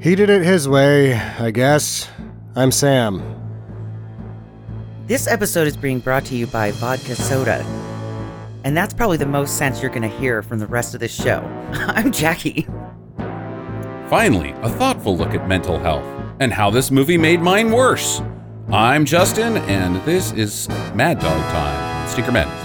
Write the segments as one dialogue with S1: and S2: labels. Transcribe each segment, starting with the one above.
S1: He did it his way, I guess. I'm Sam.
S2: This episode is being brought to you by Vodka Soda. And that's probably the most sense you're going to hear from the rest of this show. I'm Jackie.
S3: Finally, a thoughtful look at mental health and how this movie made mine worse. I'm Justin, and this is Mad Dog Time, Sneaker Madness.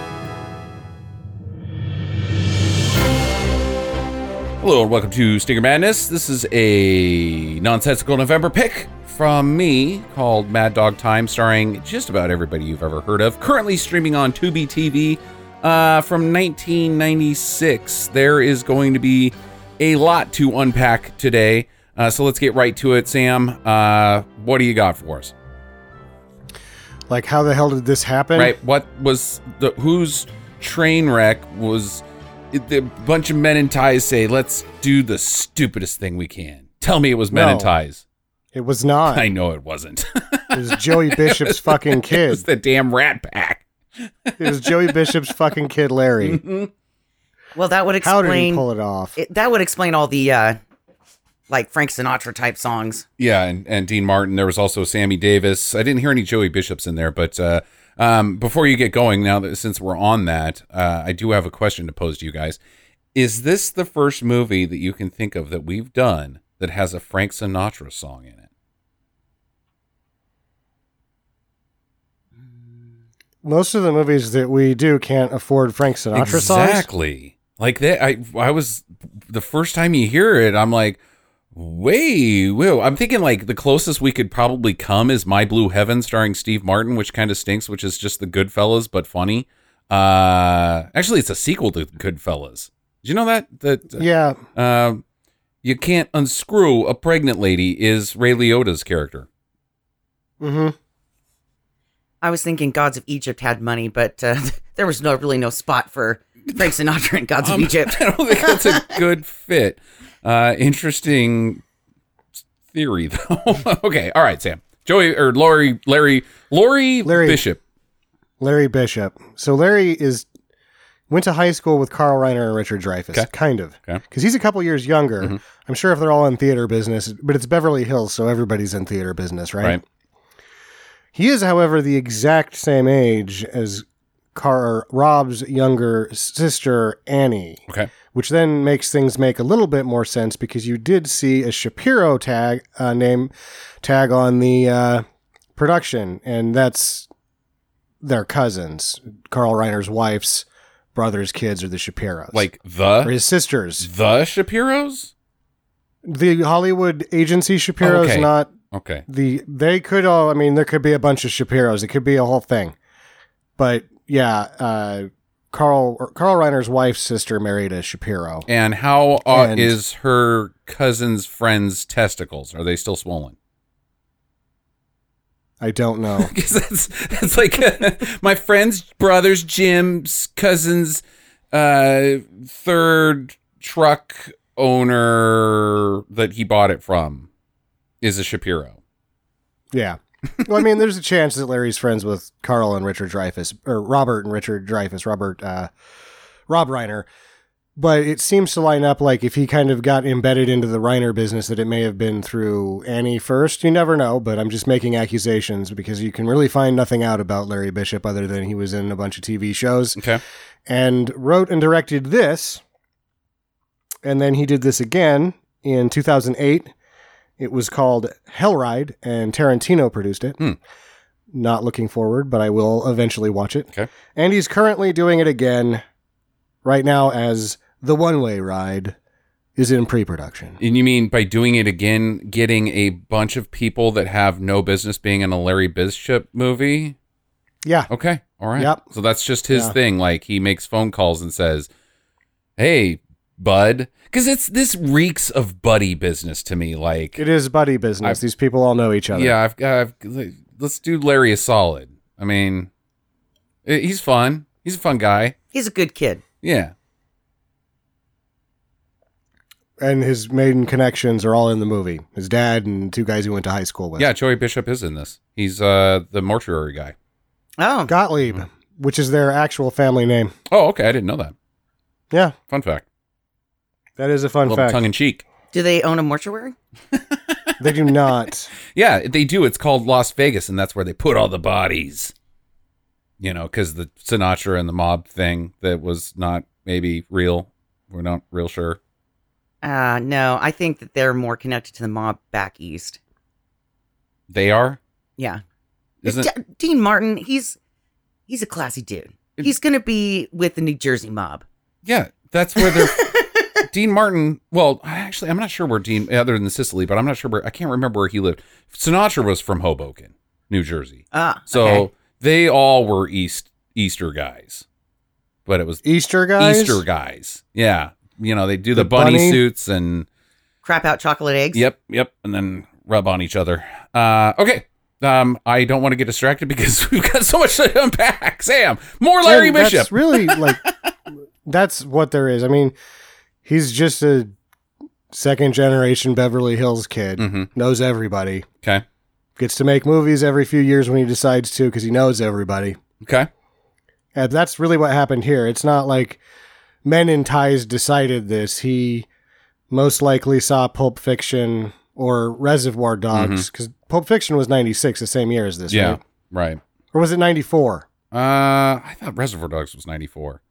S3: Hello, and welcome to Sneaker Madness. This is a nonsensical November pick from me called Mad Dog Time, starring just about everybody you've ever heard of. Currently streaming on Tubi TV uh, from 1996. There is going to be a lot to unpack today. Uh, so let's get right to it, Sam. Uh, what do you got for us?
S1: Like, how the hell did this happen?
S3: Right. What was the whose train wreck was? it- The bunch of men in ties say, "Let's do the stupidest thing we can." Tell me it was men in
S1: No.
S3: ties.
S1: It was not.
S3: I know it wasn't.
S1: It was Joey Bishop's fucking
S3: it
S1: kid.
S3: was the damn Rat Pack.
S1: It was Joey Bishop's fucking kid, Larry.
S2: Well, that would
S1: How did he
S2: explain
S1: pull it off?
S2: it- that would explain all the uh like Frank Sinatra type songs.
S3: Yeah, and, and Dean Martin. There was also Sammy Davis. I didn't hear any Joey Bishops in there, but uh, um, before you get going, now that since we're on that, uh, I do have a question to pose to you guys. Is this the first movie that you can think of that we've done that has a Frank Sinatra song in it?
S1: Most of the movies that we do can't afford Frank Sinatra songs.
S3: exactly. Like that. I I was the first time you hear it, I'm like, wait, whoa. I'm thinking like the closest we could probably come is My Blue Heaven starring Steve Martin, which kind of stinks, which is just the Goodfellas but funny. Uh, actually, it's a sequel to Goodfellas. Did you know that? That
S1: Yeah,
S3: um, you can't unscrew a pregnant lady is Ray Liotta's character.
S1: hmm
S2: I was thinking Gods of Egypt had money, but uh, there was no really no spot for Frank Sinatra and Gods
S3: Um,
S2: of Egypt.
S3: I don't think that's a good fit. Uh, interesting theory, though. okay, all right, Sam. Joey or Laurie, Larry, Laurie,
S1: Larry.
S3: Bishop.
S1: Larry Bishop. So Larry is went to high school with Carl Reiner and Richard Dreyfuss,
S3: Okay.
S1: kind of,
S3: Okay. Mm-hmm.
S1: because he's a couple years younger. I'm sure if they're all in theater business, but it's Beverly Hills, so everybody's in theater business, right?
S3: Right.
S1: He is, however, the exact same age as Car- Rob's younger sister Annie,
S3: Okay.
S1: which then makes things make a little bit more sense because you did see a Shapiro tag uh, name tag on the uh, production, and that's their cousins, Carl Reiner's wife's brothers' kids are the Shapiros,
S3: Like uh,
S1: or
S3: the
S1: his sisters.
S3: the Shapiros.
S1: The Hollywood agency Shapiro's
S3: Oh, Okay.
S1: not
S3: Okay.
S1: the they could all i mean there could be a bunch of shapiros it could be a whole thing but yeah uh carl or carl reiner's wife's sister married a shapiro
S3: And how uh,
S1: And-
S3: is her cousin's friend's testicles? Are they still swollen?
S1: i don't know
S3: Because that's that's like my friend's brother's Jim's cousin's uh, third truck owner that he bought it from is a Shapiro.
S1: yeah well i mean there's a chance that larry's friends with carl and richard dreyfus or robert and richard dreyfus robert uh rob reiner but it seems to line up like if he kind of got embedded into the Reiner business that it may have been through Annie first. You never know, but I'm just making accusations because you can really find nothing out about Larry Bishop other than he was in a bunch of TV shows
S3: Okay.
S1: and wrote and directed this. And then he did this again in 2008. It was called Hell Ride, and Tarantino produced it.
S3: Hmm.
S1: Not looking forward, but I will eventually watch it.
S3: Okay.
S1: And he's currently doing it again right now as The One Way Ride is in pre production.
S3: And you mean by doing it again, getting a bunch of people that have no business being in a Larry Bishop movie?
S1: Yeah.
S3: Okay. All right.
S1: Yep.
S3: So that's just his
S1: Yeah.
S3: thing. Like he makes phone calls and says, "Hey, bud," because it's this reeks of buddy business to me. Like,
S1: It is buddy business.
S3: I've-
S1: These people all know each other.
S3: yeah, I've, I've let's do Larry a solid. I mean, eh, he's fun. He's a fun guy.
S2: He's a good kid.
S3: Yeah.
S1: And his maiden connections are all in the movie his dad and two guys he went to high school with.
S3: Yeah. Joey Bishop is in this. He's uh the mortuary guy.
S2: Oh,
S3: Hmm.
S1: Gottlieb, which is their actual family name.
S3: Oh, okay. I didn't know that.
S1: Yeah,
S3: Fun fact.
S1: that is a fun
S3: little
S1: fact.
S3: tongue in cheek.
S2: do they own a mortuary?
S1: They do not.
S3: Yeah, they do. It's called Las Vegas, and that's where they put all the bodies. You know, because the Sinatra and the mob thing that was not maybe real. We're not real sure.
S2: Uh, no, I think that they're more connected to the mob back east.
S3: They are.
S2: Yeah.
S3: Isn't
S2: D- Dean Martin, he's he's a classy dude.
S3: It-
S2: He's gonna be with the New Jersey mob.
S3: Yeah, that's where they're. Dean Martin. Well, actually, I'm not sure where Dean, other than Sicily, but I'm not sure where. I can't remember where he lived. Sinatra was from Hoboken, New Jersey.
S2: Ah,
S3: So
S2: okay.
S3: they all were East Easter guys, but it was
S1: Easter guys.
S3: Easter guys. Yeah, you know they do the,
S1: The
S3: bunny,
S1: bunny?
S3: suits and
S2: crap out chocolate eggs.
S3: yep, yep, and then rub on each other. Uh, okay. Um, I don't want to get distracted because we've got so much to unpack. Sam, more Larry
S1: And
S3: Bishop.
S1: That's really like that's what there is. I mean, he's just a second generation Beverly Hills kid.
S3: hmm
S1: Knows everybody.
S3: Okay.
S1: Gets to make movies every few years when he decides to because he knows everybody.
S3: Okay.
S1: And that's really what happened here. It's not like Men in Ties decided this. He most likely saw Pulp Fiction or Reservoir Dogs because Pulp Fiction was 96, the same year as this,
S3: Mm-hmm. Yeah.
S1: right?
S3: Right.
S1: Or was it 94?
S3: Uh, I thought Reservoir Dogs was 94.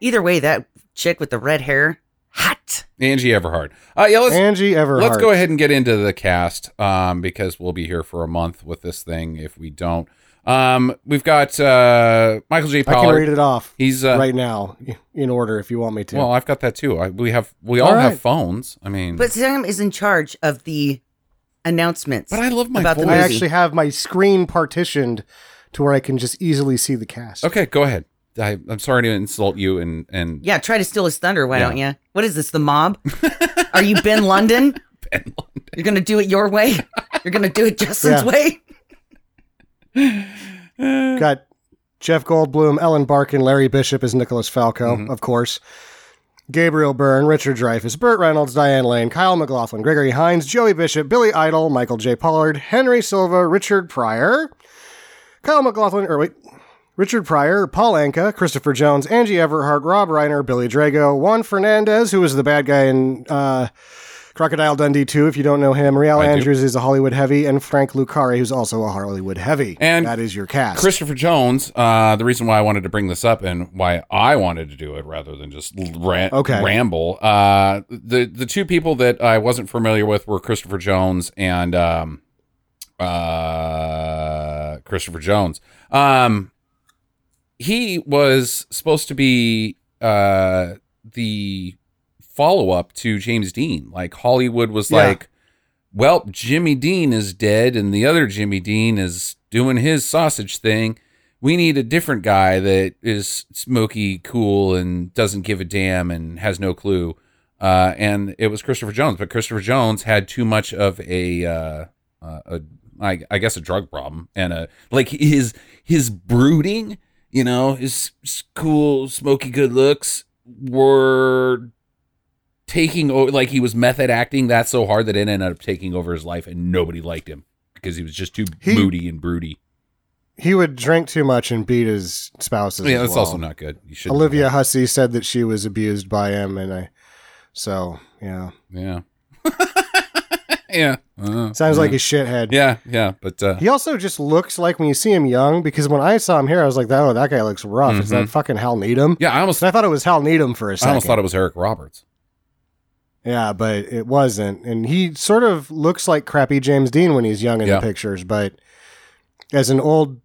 S2: Either way, that chick with the red hair, hot.
S3: Angie Everhard. Uh, yeah, let's,
S1: Angie Everhart.
S3: let's go ahead and get into the cast um, because we'll be here for a month with this thing if we don't. Um, we've got uh, Michael J.
S1: I can read
S3: Pollard.
S1: it off
S3: He's uh,
S1: right now i- in order if you want me to.
S3: well. I've got that too. I, we have we all,
S1: All
S3: have
S1: right.
S3: phones. I mean,
S2: But
S3: but,
S2: Sam is in charge of the announcements.
S3: I love my
S2: about the
S3: voice.
S1: I
S2: busy.
S1: actually have my screen partitioned to where I can just easily see the cast.
S3: okay, go ahead. I, I'm sorry to insult you and and
S2: yeah, try to steal his thunder, why
S3: Yeah.
S2: don't you? What is this, the mob? Are you Ben London?
S3: Ben
S2: You're gonna do it your way? You're gonna do it Justin's
S1: Yeah.
S2: way?
S3: Mm-hmm.
S1: Got Jeff Goldblum, Ellen Barkin, Larry Bishop as Nicholas Falco,
S3: Mm-hmm.
S1: of course. Gabriel Byrne, Richard Dreyfuss, Burt Reynolds, Diane Lane, Kyle McLaughlin, Gregory Hines, Joey Bishop, Billy Idol, Michael J. Pollard, Henry Silva, Richard Pryor, Kyle McLaughlin, or wait, Richard Pryor, Paul Anka, Christopher Jones, Angie Everhart, Rob Reiner, Billy Drago, Juan Fernandez, who was the bad guy in uh, Crocodile Dundee 2, if you don't know him, Rial
S3: I do.
S1: Andrews is a Hollywood heavy, and Frank Lucari, who's also a Hollywood heavy.
S3: And
S1: that is your cast.
S3: Christopher Jones, uh, the reason why I wanted to bring this up and why I wanted to do it rather than just l- ra-
S1: Okay.
S3: ramble, uh, the the two people that I wasn't familiar with were Christopher Jones and um, uh, Christopher Jones. Um, he was supposed to be uh, the follow up to James Dean. Like Hollywood was
S1: Yeah.
S3: like, well, Jimmy Dean is dead, and the other Jimmy Dean is doing his sausage thing. We need a different guy that is smoky, cool, and doesn't give a damn and has no clue. Uh, and it was Christopher Jones, but Christopher Jones had too much of a, uh, uh, a I, I guess, a drug problem and a like his his brooding, you know, his s- cool, smoky good looks were taking over like he was method acting that so hard that it ended up taking over his life and nobody liked him because he was just too
S1: He-
S3: moody and broody
S1: he would drink too much and beat his spouses.
S3: yeah
S1: as
S3: that's
S1: well.
S3: also not good you should
S1: Olivia Hussey said that she was abused by him, and I. So yeah,
S3: yeah yeah Uh,
S1: sounds
S3: yeah.
S1: like a shithead.
S3: yeah yeah but uh
S1: He also just looks like when you see him young, because when I saw him here, I was like, "Oh, that guy looks rough." Is that fucking Hal Needham?
S3: Mm-hmm. yeah i almost
S1: And I thought it was Hal Needham for a
S3: i
S1: second.
S3: almost thought it was eric roberts
S1: yeah, but it wasn't, and he sort of looks like crappy James Dean when he's young in
S3: Yeah.
S1: the pictures, but as an old,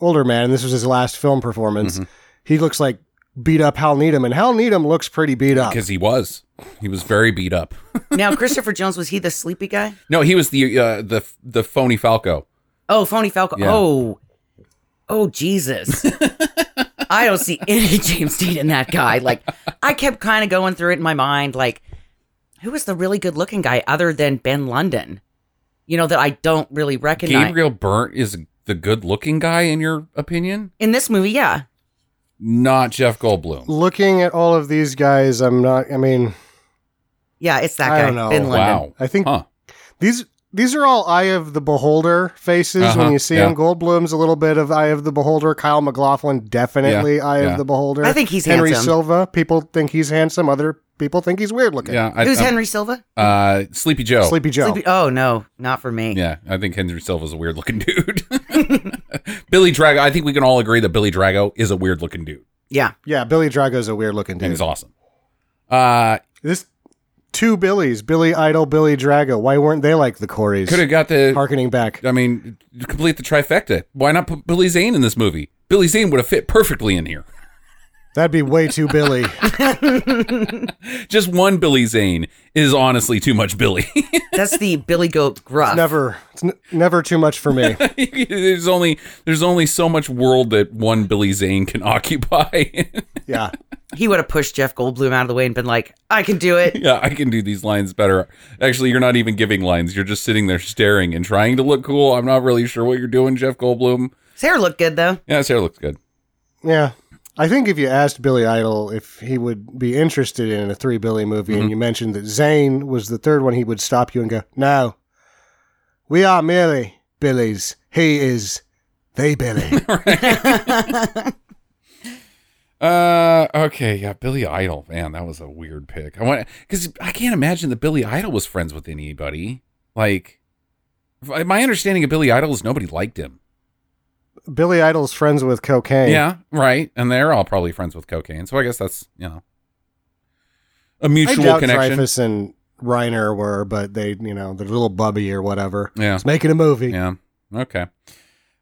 S1: older man, and this was his last film performance,
S3: Mm-hmm.
S1: he looks like beat up Hal Needham, and Hal Needham looks pretty beat up.
S3: because he was he was very beat up
S2: Now Christopher Jones, was he the sleepy guy?
S3: no he was the uh the the phony falco
S2: Oh, phony Falco.
S3: Yeah.
S2: Oh, oh Jesus! I don't see any James Dean in that guy. Like, I kept kind of going through it in my mind. Like, who was the really good-looking guy other than Ben London? You know that I don't really recognize
S3: gabriel burnt is the good looking guy in your opinion
S2: in this movie. Yeah,
S3: not jeff goldblum
S1: looking at all of these guys, I'm not. I mean,
S2: yeah, it's that
S1: I
S2: guy,
S1: don't know.
S2: Ben London.
S3: wow
S1: I think
S3: huh
S1: these these are all Eye of the Beholder faces
S3: Uh-huh,
S1: when you see
S3: yeah.
S1: him. Goldblum's a little bit of Eye of the Beholder. Kyle McLaughlin definitely Eye
S3: yeah.
S1: of the Beholder.
S2: I think he's
S1: Henry
S2: handsome.
S1: Silva. People think he's handsome. Other people think he's weird looking.
S3: Yeah, I,
S2: Who's
S3: I-
S2: Henry Silva?
S3: Uh, Sleepy Joe.
S1: Sleepy Joe.
S2: Sleepy- Oh no, not for me.
S3: Yeah, I think Henry Silva's a weird looking dude. Billy Drago. I think we can all agree that Billy Drago is a weird looking dude,
S2: Yeah.
S1: Yeah, Billy Drago's a weird looking
S3: and
S1: dude.
S3: he's awesome. Uh,
S1: This two Billies, Billy Idol, Billy Drago. Why weren't they like the Coreys?
S3: could have got the.
S1: Harkening back.
S3: I mean, complete the trifecta. Why not put Billy Zane in this movie? Billy Zane would have fit perfectly in here.
S1: That'd be way too Billy.
S3: Just one Billy Zane is honestly too much Billy.
S2: That's the Billy Goat Gruff.
S1: never. It's n- never too much for me.
S3: there's only there's only so much world that one Billy Zane can occupy.
S1: Yeah.
S2: He would have pushed Jeff Goldblum out of the way and been like, "I can do it."
S3: yeah, I can do these lines better. Actually, you're not even giving lines. You're just sitting there staring and trying to look cool. I'm not really sure what you're doing, Jeff Goldblum.
S2: His hair looked good though.
S3: Yeah, his hair looks good.
S1: Yeah. I think if you asked Billy Idol if he would be interested in a three Billy movie
S3: Mm-hmm.
S1: and you mentioned that Zane was the third one, he would stop you and go, No. We are merely Billies. He is they Billy.
S3: Uh, okay, yeah, Billy Idol. Man, that was a weird pick. I want because I can't imagine that Billy Idol was friends with anybody. Like, f- my understanding of Billy Idol is nobody liked him.
S1: Billy Idol's friends with cocaine.
S3: Yeah, right. And they're all probably friends with cocaine. So I guess that's you know a
S1: I
S3: mutual
S1: doubt
S3: connection.
S1: Dreyfus and Reiner were, but they, you know, the little Bubby or whatever.
S3: Yeah.
S1: It's making a movie.
S3: Yeah. Okay.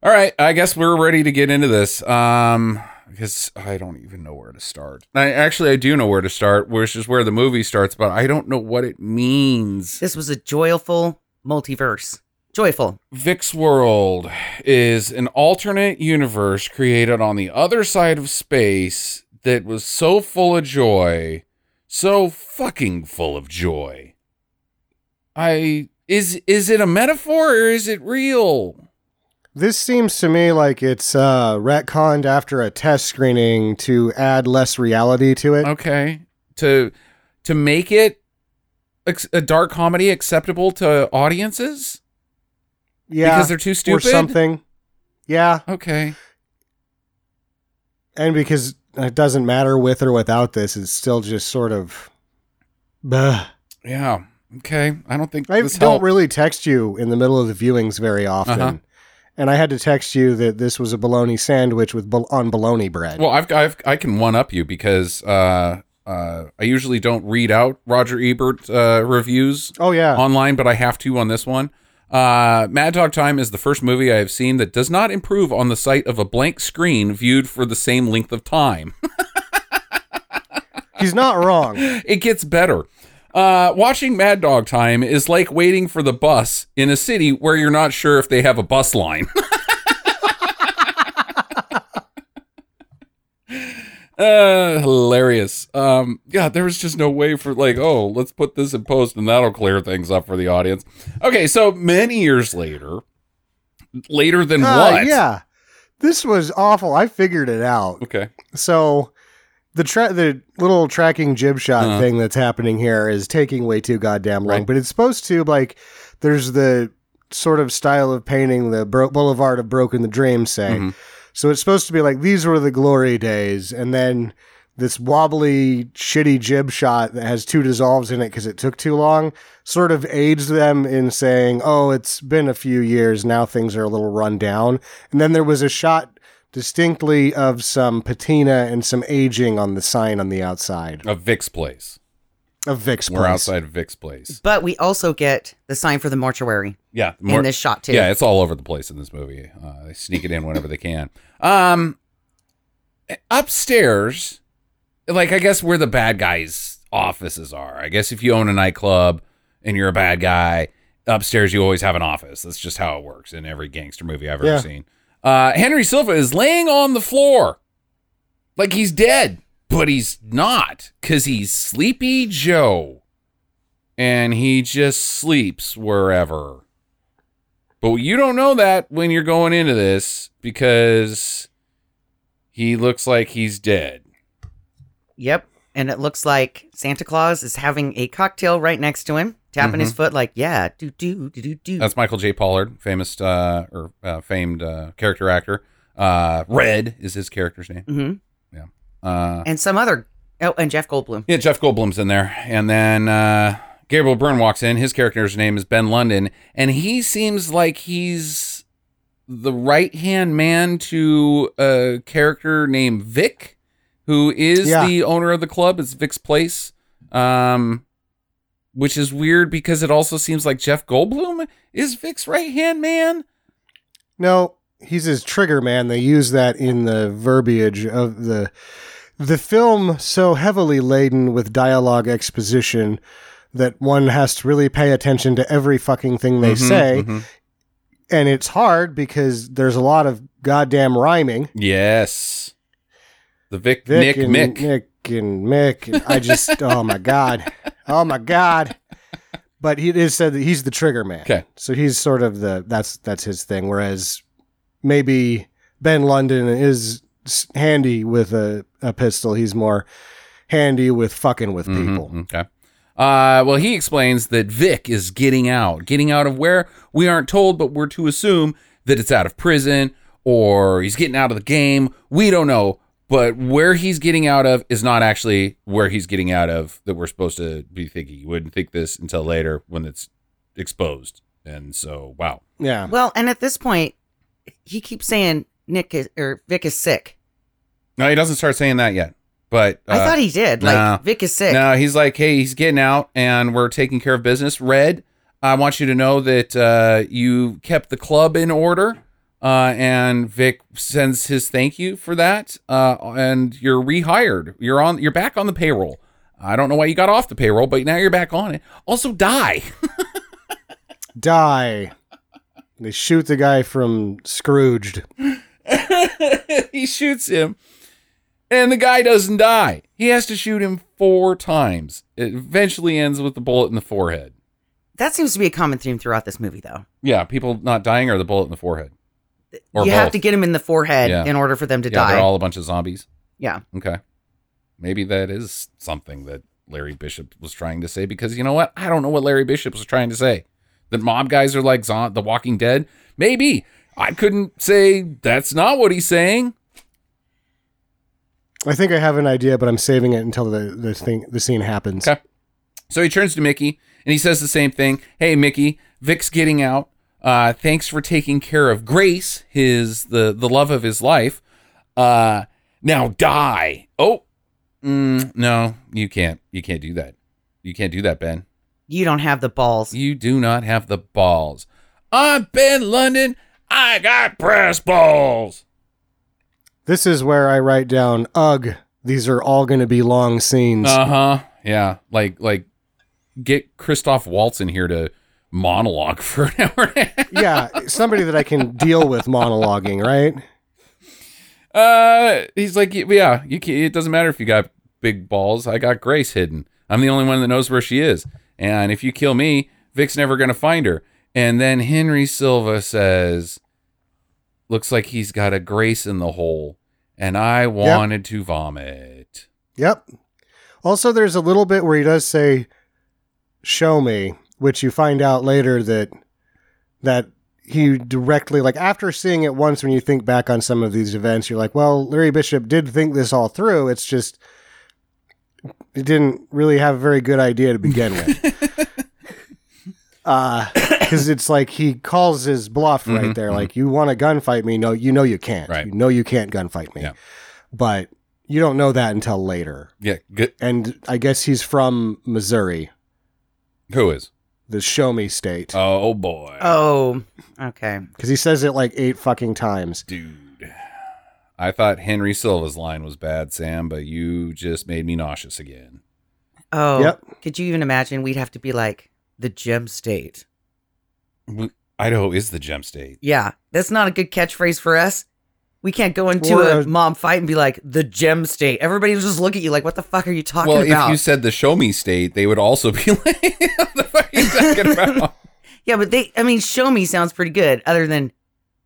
S3: All right. I guess we're ready to get into this. Um, because I don't even know where to start. I actually I do know where to start, which is where the movie starts, but I don't know what it means.
S2: This was a joyful multiverse. Joyful.
S3: Vic's world is an alternate universe created on the other side of space that was so full of joy, so fucking full of joy. I is is it a metaphor or is it real?
S1: This seems to me like it's uh, retconned after a test screening to add less reality to
S3: Uh,
S1: it.
S3: okay to to make it ex- a dark comedy acceptable to audiences
S1: Yeah,
S3: because they're too
S1: or
S3: stupid
S1: something. Yeah,
S3: okay
S1: and because it doesn't matter with or without this, it's still just sort of. Bah.
S3: yeah okay i don't think
S1: I
S3: this
S1: don't
S3: helped.
S1: really text you in the middle of the viewings very often,
S3: Uh-huh.
S1: and I had to text you that this was a bologna sandwich with bol- on bologna bread.
S3: well I've, I've i can one up you because uh uh i usually don't read out roger ebert uh reviews
S1: oh yeah,
S3: online but i have to on this one uh, Mad Dog Time is the first movie I have seen that does not improve on the sight of a blank screen viewed for the same length of time.
S1: he's not wrong.
S3: it gets better. Uh, watching Mad Dog Time is like waiting for the bus in a city where you're not sure if they have a bus line. uh, hilarious. Um, yeah, there was just no way for like, oh, let's put this in post and that'll clear things up for the audience. Okay, so many years later, later than
S1: Ah,
S3: what?
S1: yeah, this was awful. I figured it out.
S3: Okay.
S1: So the tra- the little tracking jib shot
S3: Uh-huh.
S1: thing that's happening here is taking way too goddamn long,
S3: Right.
S1: but it's supposed to like there's the sort of style of painting the bro- boulevard of broken the dreams say.
S3: Mhm.
S1: So it's supposed to be like these were the glory days and then this wobbly shitty jib shot that has two dissolves in it cuz it took too long sort of aids them in saying, "Oh, it's been a few years, now things are a little run down." And then there was a shot distinctly of some patina and some aging on the sign on the outside
S3: Of Vic's place.
S1: of Vic's
S3: We're
S1: place.
S3: outside of Vic's place.
S2: But we also get the sign for the mortuary
S3: Yeah.
S2: in this shot too.
S3: Yeah, it's all over the place in this movie. Uh, they sneak it in whenever they can. Um, upstairs, like I guess where the bad guys' offices are. I guess if you own a nightclub and you're a bad guy, upstairs you always have an office. That's just how it works in every gangster movie I've ever
S1: Yeah.
S3: seen. Uh, Henry Silva is laying on the floor, like he's dead, but he's not because he's sleepy Joe, and he just sleeps wherever. But you don't know that when you're going into this because he looks like he's dead.
S2: Yep. And it looks like Santa Claus is having a cocktail right next to him, tapping his foot like, yeah, do do do do do.
S3: Mm-hmm. That's Michael J. Pollard, famous uh, or uh, famed uh, character actor. Uh, Red is his character's name.
S2: hmm
S3: Uh,
S2: And some other. Oh, and Jeff Goldblum.
S3: yeah, Jeff Goldblum's in there, and then uh, Gabriel Byrne walks in. His character's name is Ben London, and he seems like he's the right hand man to a character named Vic, who is
S1: Yeah.
S3: the owner of the club. It's Vic's place. Um, which is weird because it also seems like Jeff Goldblum is Vic's right hand man.
S1: No, he's his trigger man. They use that in the verbiage of the the film so heavily laden with dialogue exposition that one has to really pay attention to every fucking thing they
S3: Mhm,
S1: say
S3: mhm.
S1: and it's hard because there's a lot of goddamn rhyming
S3: Yes. The Vic,
S1: Vic
S3: Nick
S1: and
S3: Mick.
S1: Nick and Mick and I just oh my god oh my god but he is said that he's the trigger man
S3: Okay.
S1: so he's sort of the that's that's his thing whereas maybe Ben London is s- handy with a, a pistol he's more handy with fucking with
S3: Mhm,
S1: people
S3: Okay. Uh, well, he explains that Vic is getting out. Getting out of where? We aren't told, but we're to assume that it's out of prison or he's getting out of the game. We don't know. But where he's getting out of is not actually where he's getting out of that we're supposed to be thinking. You wouldn't think this until later when it's exposed. And so, wow.
S1: yeah
S2: Well, and at this point, he keeps saying Nick is, or Vic is sick.
S3: No, he doesn't start saying that yet. But
S2: I
S3: uh,
S2: thought he did. Like
S3: no.
S2: Vic is sick.
S3: No, he's like, hey, he's getting out, and we're taking care of business. Red, I want you to know that uh, you kept the club in order, uh, and Vic sends his thank you for that. Uh, and you're rehired. You're on. You're back on the payroll. I don't know why you got off the payroll, but now you're back on it. Also, die.
S1: die they shoot the guy from Scrooged
S3: he shoots him, and the guy doesn't die. He has to shoot him four times. It eventually ends with the bullet in the forehead.
S2: That seems to be a common theme throughout this movie, though.
S3: Yeah, people not dying or the bullet in the forehead. Or
S2: you
S3: both.
S2: have to get him in the forehead
S3: Yeah.
S2: in order for them to
S3: yeah,
S2: die.
S3: they're all a bunch of zombies.
S2: yeah.
S3: Okay. Maybe that is something that Larry Bishop was trying to say because you know what? I don't know what Larry Bishop was trying to say. That mob guys are like zo- the Walking Dead? Maybe. I couldn't say that's not what he's saying.
S1: I think I have an idea but I'm saving it until the, the thing the scene happens
S3: Okay. So he turns to Mickey and he says the same thing. Hey, Mickey, Vic's getting out. Uh, thanks for taking care of Grace, his the the love of his life. Uh, now die. Oh, mm, no, you can't. You can't do that. You can't do that, Ben.
S2: You don't have the balls.
S3: You do not have the balls. I'm Ben London. I got press balls.
S1: This is where I write down, ugh, these are all going to be long scenes.
S3: Uh huh. Yeah. Like like, get Christoph Waltz in here to monologue for an hour. And a half.
S1: yeah, somebody that I can deal with monologuing, right?
S3: Uh, he's like, yeah, you can, it doesn't matter if you got big balls. I got Grace hidden. I'm the only one that knows where she is. And if you kill me, Vic's never gonna find her. And then Henry Silva says, "Looks like he's got a Grace in the hole." And I wanted to vomit.
S1: Yep. Also, there's a little bit where he does say, show me, which you find out later that, that he directly, like, after seeing it once, when you think back on some of these events, you're like, well, Larry Bishop did think this all through. It's just, he didn't really have a very good idea to begin with. Because it's like he calls his bluff right
S3: Mhm,
S1: there. Like, you want to gunfight me? No, you know you can't.
S3: Right.
S1: You know you can't gunfight me.
S3: Yeah.
S1: But you don't know that until later.
S3: Yeah, good.
S1: And I guess he's from Missouri,
S3: Who is?
S1: the show me state.
S3: Oh boy,
S2: Oh, okay.
S1: Because he says it like eight fucking times.
S3: dude. I thought Henry Silva's line was bad, Sam, but you just made me nauseous again.
S2: Oh,
S1: Yep.
S2: could you even imagine? We'd have to be like the gem state.
S3: Idaho is the gem state.
S2: Yeah, that's not a good catchphrase for us. We can't go into
S1: Or
S2: a,
S1: a-
S2: mom fight and be like the gem state. Everybody will just look at you like, "What the fuck are you talking
S3: Well,
S2: about?"
S3: if you said the show me state, they would also be like, what the fuck are you talking about?
S2: yeah, but they. I mean, show me sounds pretty good. Other than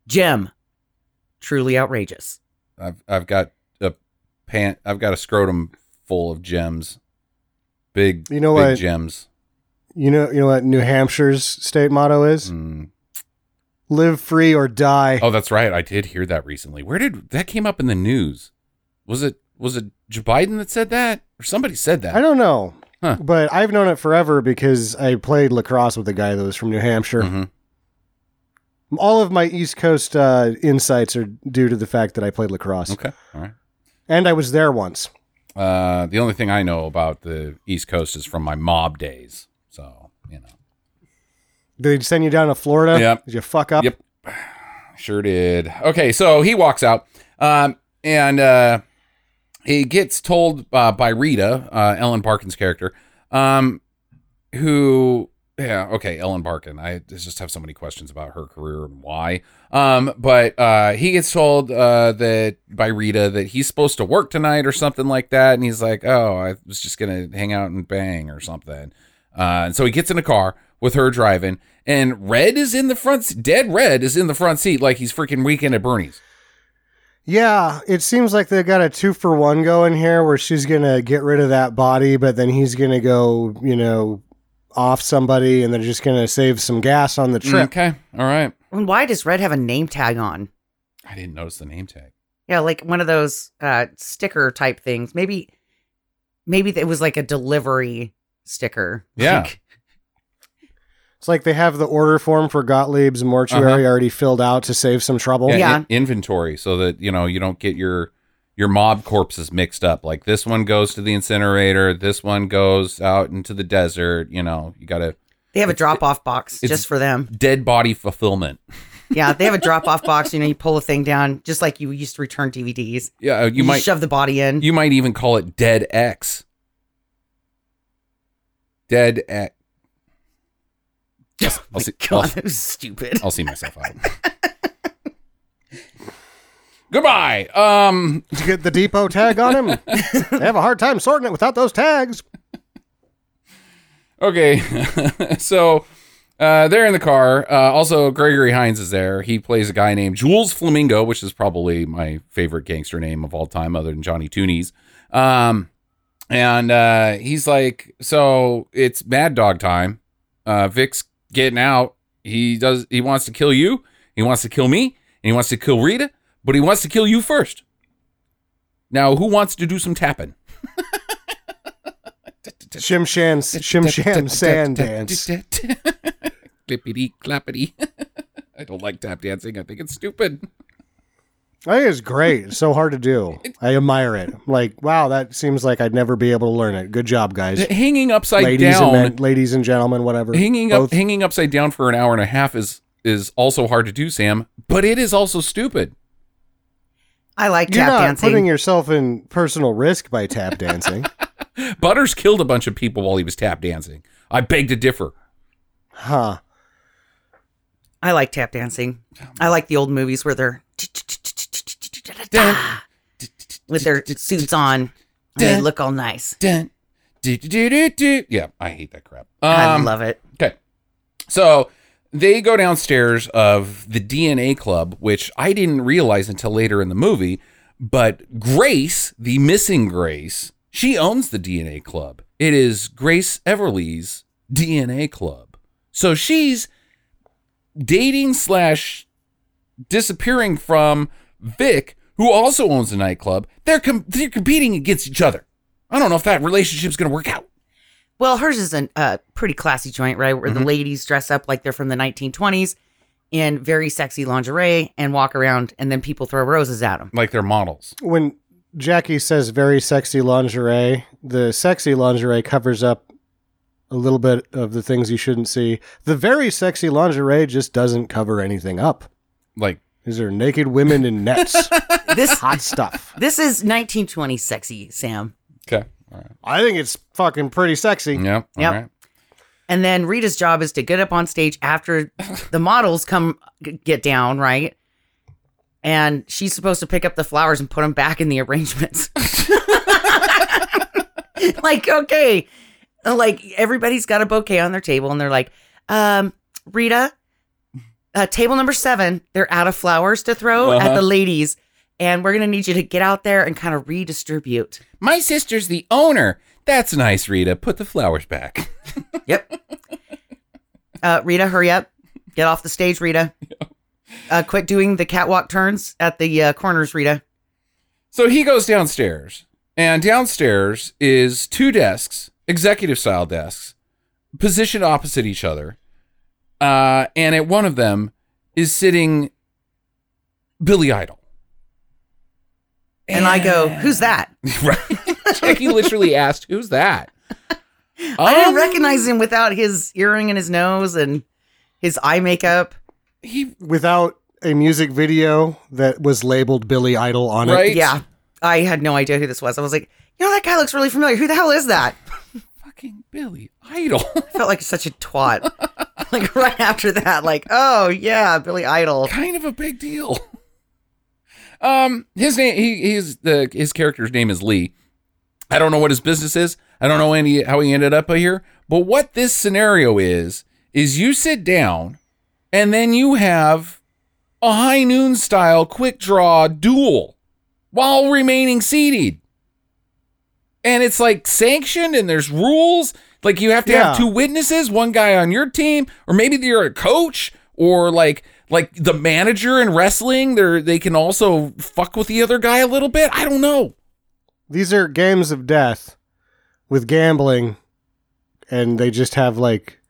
S2: gem, truly outrageous.
S3: I've, I've got a pant, I've got a scrotum full of gems. Big,
S1: You know
S3: big
S1: what?
S3: gems.
S1: You know, you know what New Hampshire's state motto is?
S3: Mm.
S1: Live free or die.
S3: Oh, that's right. I did hear that recently. Where did that came up in the news? Was it was it Joe Biden that said that, or somebody said that?
S1: I don't know,
S3: Huh.
S1: but I've known it forever because I played lacrosse with a guy that was from New Hampshire.
S3: Mhm.
S1: All of my East Coast uh, insights are due to the fact that I played lacrosse,
S3: Okay. All right.
S1: and I was there once.
S3: Uh, the only thing I know about the East Coast is from my mob days. So you know,
S1: Did they send you down to Florida?
S3: Yep.
S1: Did you fuck up?
S3: Yep. sure did. Okay, so he walks out, um, and uh, he gets told uh, by Rita, uh, Ellen Barkin's character, um, who, yeah, okay, Ellen Barkin. I just have so many questions about her career and why. Um, but uh, he gets told uh, that by Rita that he's supposed to work tonight or something like that, and he's like, "Oh, I was just gonna hang out and bang or something." Uh, and so he gets in a car with her driving, and Red is in the front. s- Dead Red is in the front seat, like he's freaking weekend at Bernie's.
S1: Yeah, it seems like they got a two for one going here where she's going to get rid of that body, but then he's going to go, you know, off somebody and they're just going to save some gas on the trip.
S3: Mm, Okay, all right.
S2: And why does Red have a name tag on?
S3: I didn't notice the name tag.
S2: Yeah, like one of those uh, sticker type things. Maybe, maybe it was like a delivery sticker.
S3: Yeah.
S2: Like,
S1: It's like they have the order form for Gottlieb's mortuary already filled out to save some trouble.
S2: Oh, Yeah.
S3: in- inventory, so that you know you don't get your your mob corpses mixed up. Like this one goes to the incinerator, this one goes out into the desert. You know, you got a
S2: they have a drop off box
S3: it's-
S2: just for them.
S3: dead body fulfillment.
S2: Yeah, they have a drop off box. You know, you pull a thing down, just like you used to return DVDs.
S3: Yeah, uh, you, might
S2: shove the body in.
S3: you might even call it Dead X. Dead X.
S2: Oh my
S3: see-
S2: God,
S3: I'll-
S2: that was stupid.
S3: I'll see myself out. Goodbye. Um,
S1: Did you get the depot tag on him? they have a hard time sorting it without those tags.
S3: okay. so uh, they're in the car. Uh, also, Gregory Hines is there. He plays a guy named Jules Flamingo, which is probably my favorite gangster name of all time, other than Johnny Toonies. Um, and uh, he's like, so it's Mad Dog time. Uh, Vic's getting out. He does. He wants to kill you. He wants to kill me. And he wants to kill Rita. But he wants to kill you first. Now, who wants to do some tapping?
S1: Shim Shan, Shim Sham Sand Dance.
S3: Clippity clappity. I don't like tap dancing. I think it's stupid.
S1: I think it's great. It's so hard to do. I admire it. Like, wow, that seems like I'd never be able to learn it. Good job, guys.
S3: Hanging upside
S1: Ladies and
S3: down,
S1: men, ladies and gentlemen, whatever.
S3: hanging up,
S1: Both.
S3: hanging upside down for an hour and a half is is also hard to do, Sam. But it is also stupid.
S2: I like
S1: You're
S2: tap
S1: not
S2: dancing.
S1: putting yourself in personal risk by tap dancing.
S3: Butters killed a bunch of people while he was tap dancing. I beg to differ.
S1: huh.
S2: I like tap dancing. I like the old movies where they're with their suits on and they look all nice.
S3: Dun, do, do, do, do, do. Yeah, I hate that crap.
S2: I
S3: Um,
S2: love it.
S3: Okay. So they go downstairs of the DNA club, which I didn't realize until later in the movie, but Grace, the missing Grace, she owns the DNA club. It is Grace Everly's DNA club. So she's dating slash disappearing from Vic, who also owns a nightclub. They're com- they're competing against each other. I don't know if that relationship's going to work out.
S2: Well, hers is a uh, pretty classy joint, right? Where
S3: Mm-hmm.
S2: the ladies dress up like they're from the 1920s in very sexy lingerie and walk around, and then people throw roses at them.
S3: Like they're models.
S1: When Jackie says very sexy lingerie, the sexy lingerie covers up a little bit of the things you shouldn't see. The very sexy lingerie just doesn't cover anything up.
S3: Like
S1: These are naked women in nets.
S2: This
S1: Hot stuff.
S2: this is 1920s sexy, Sam.
S3: okay. All right.
S1: I think it's fucking pretty sexy.
S3: Yep. all
S2: Yep.
S3: right.
S2: And then Rita's job is to get up on stage after the models come g- get down, right? And she's supposed to pick up the flowers and put them back in the arrangements. like, okay. Like everybody's got a bouquet on their table and they're like, um, Rita, uh, table number seven, they're out of flowers to throw at
S3: Uh-huh.
S2: the ladies. And we're going to need you to get out there and kind of redistribute.
S3: My sister's the owner. That's nice, Rita. Put the flowers back.
S2: Yep. Uh, Rita, hurry up. Get off the stage, Rita. Uh, quit doing the catwalk turns at the uh, corners, Rita.
S3: So he goes downstairs, and downstairs is two desks, executive style desks, positioned opposite each other. Uh, and at one of them is sitting Billy Idol.
S2: And I go, who's that?
S3: Right. Jackie literally asked, Who's that?
S2: I
S3: Um,
S2: didn't recognize him without his earring and his nose and his eye makeup.
S3: He,
S1: without a music video that was labeled Billy Idol on it.
S3: right?
S2: Yeah. I had no idea who this was. I was like, you know, that guy looks really familiar. Who the hell is that?
S3: Fucking Billy Idol.
S2: I felt like such a twat. like right after that, like, oh yeah, Billy Idol.
S3: kind of a big deal. Um, his name, he, he's the his character's name is Lee. I don't know what his business is. I don't know any how he ended up here. But what this scenario is is you sit down, and then you have a high noon style quick draw duel while remaining seated. And it's like sanctioned, and there's rules. Like you have to have
S1: Yeah.
S3: two witnesses, one guy on your team, or maybe you're a coach, or like like the manager in wrestling. They they can also fuck with the other guy a little bit. I don't know.
S1: These are games of death with gambling, and they just have like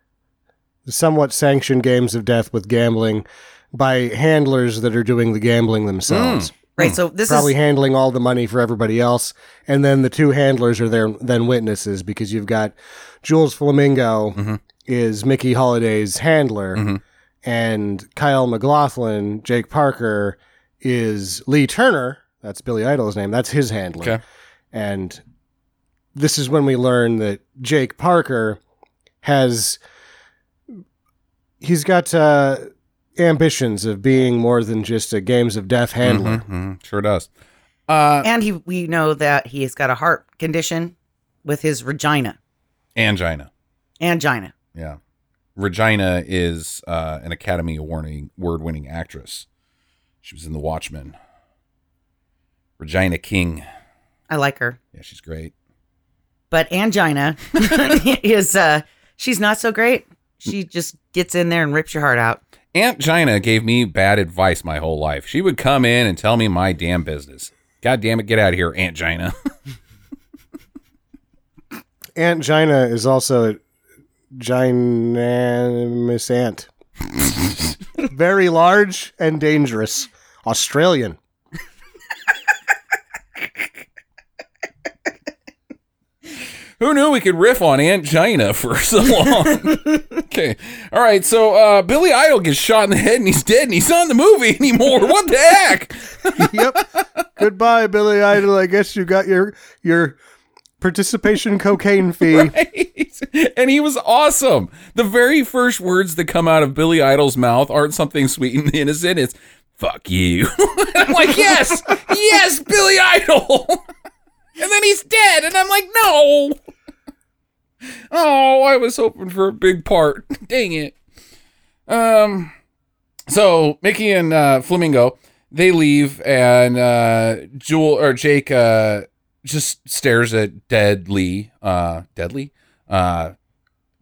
S1: somewhat sanctioned games of death with gambling by handlers that are doing the gambling themselves.
S2: Right. So this
S1: Probably
S2: is
S1: handling all the money for everybody else, and then the two handlers are there then witnesses because you've got Jules Flamingo
S2: Mm-hmm.
S3: Mhm.
S1: is Mickey Holliday's handler,
S3: Mhm.
S1: and Kyle McLaughlin, Jake Parker is Lee Turner. That's Billy Idol's name. That's his handler.
S3: Okay.
S1: And this is when we learn that Jake Parker has he's got uh, ambitions of being more than just a games of death
S2: Mm-hmm.
S1: handler.
S3: Mhm, mhm, Sure does. Uh,
S2: and he we know that he's got a heart condition with his Regina.
S3: angina.
S2: Angina.
S3: Yeah. Regina is uh, an Academy Award winning actress. She was in The Watchmen. Regina King.
S2: I like her.
S3: Yeah, she's great.
S2: But Angina is uh she's not so great. She just gets in there and rips your heart out.
S3: Aunt Gina gave me bad advice my whole life. She would come in and tell me my damn business. God damn it, get out of here, Aunt Gina.
S1: Aunt Gina is also Ginanimous Ant. Very large and dangerous. Australian.
S3: Who knew we could riff on Aunt Gina for so long? okay. All right. So uh, Billy Idol gets shot in the head and he's dead and he's not in the movie anymore. What the heck?
S1: yep. Goodbye, Billy Idol. I guess you got your your participation cocaine fee.
S3: Right? And he was awesome. The very first words that come out of Billy Idol's mouth aren't something sweet and innocent. It's fuck you. I'm like, yes, yes, Billy Idol. and then he's dead. And I'm like, no. Oh, I was hoping for a big part. Dang it. Um, so Mickey and uh, Flamingo, they leave, and uh, Jewel or Jake uh, just stares at dead Lee, uh, deadly, uh,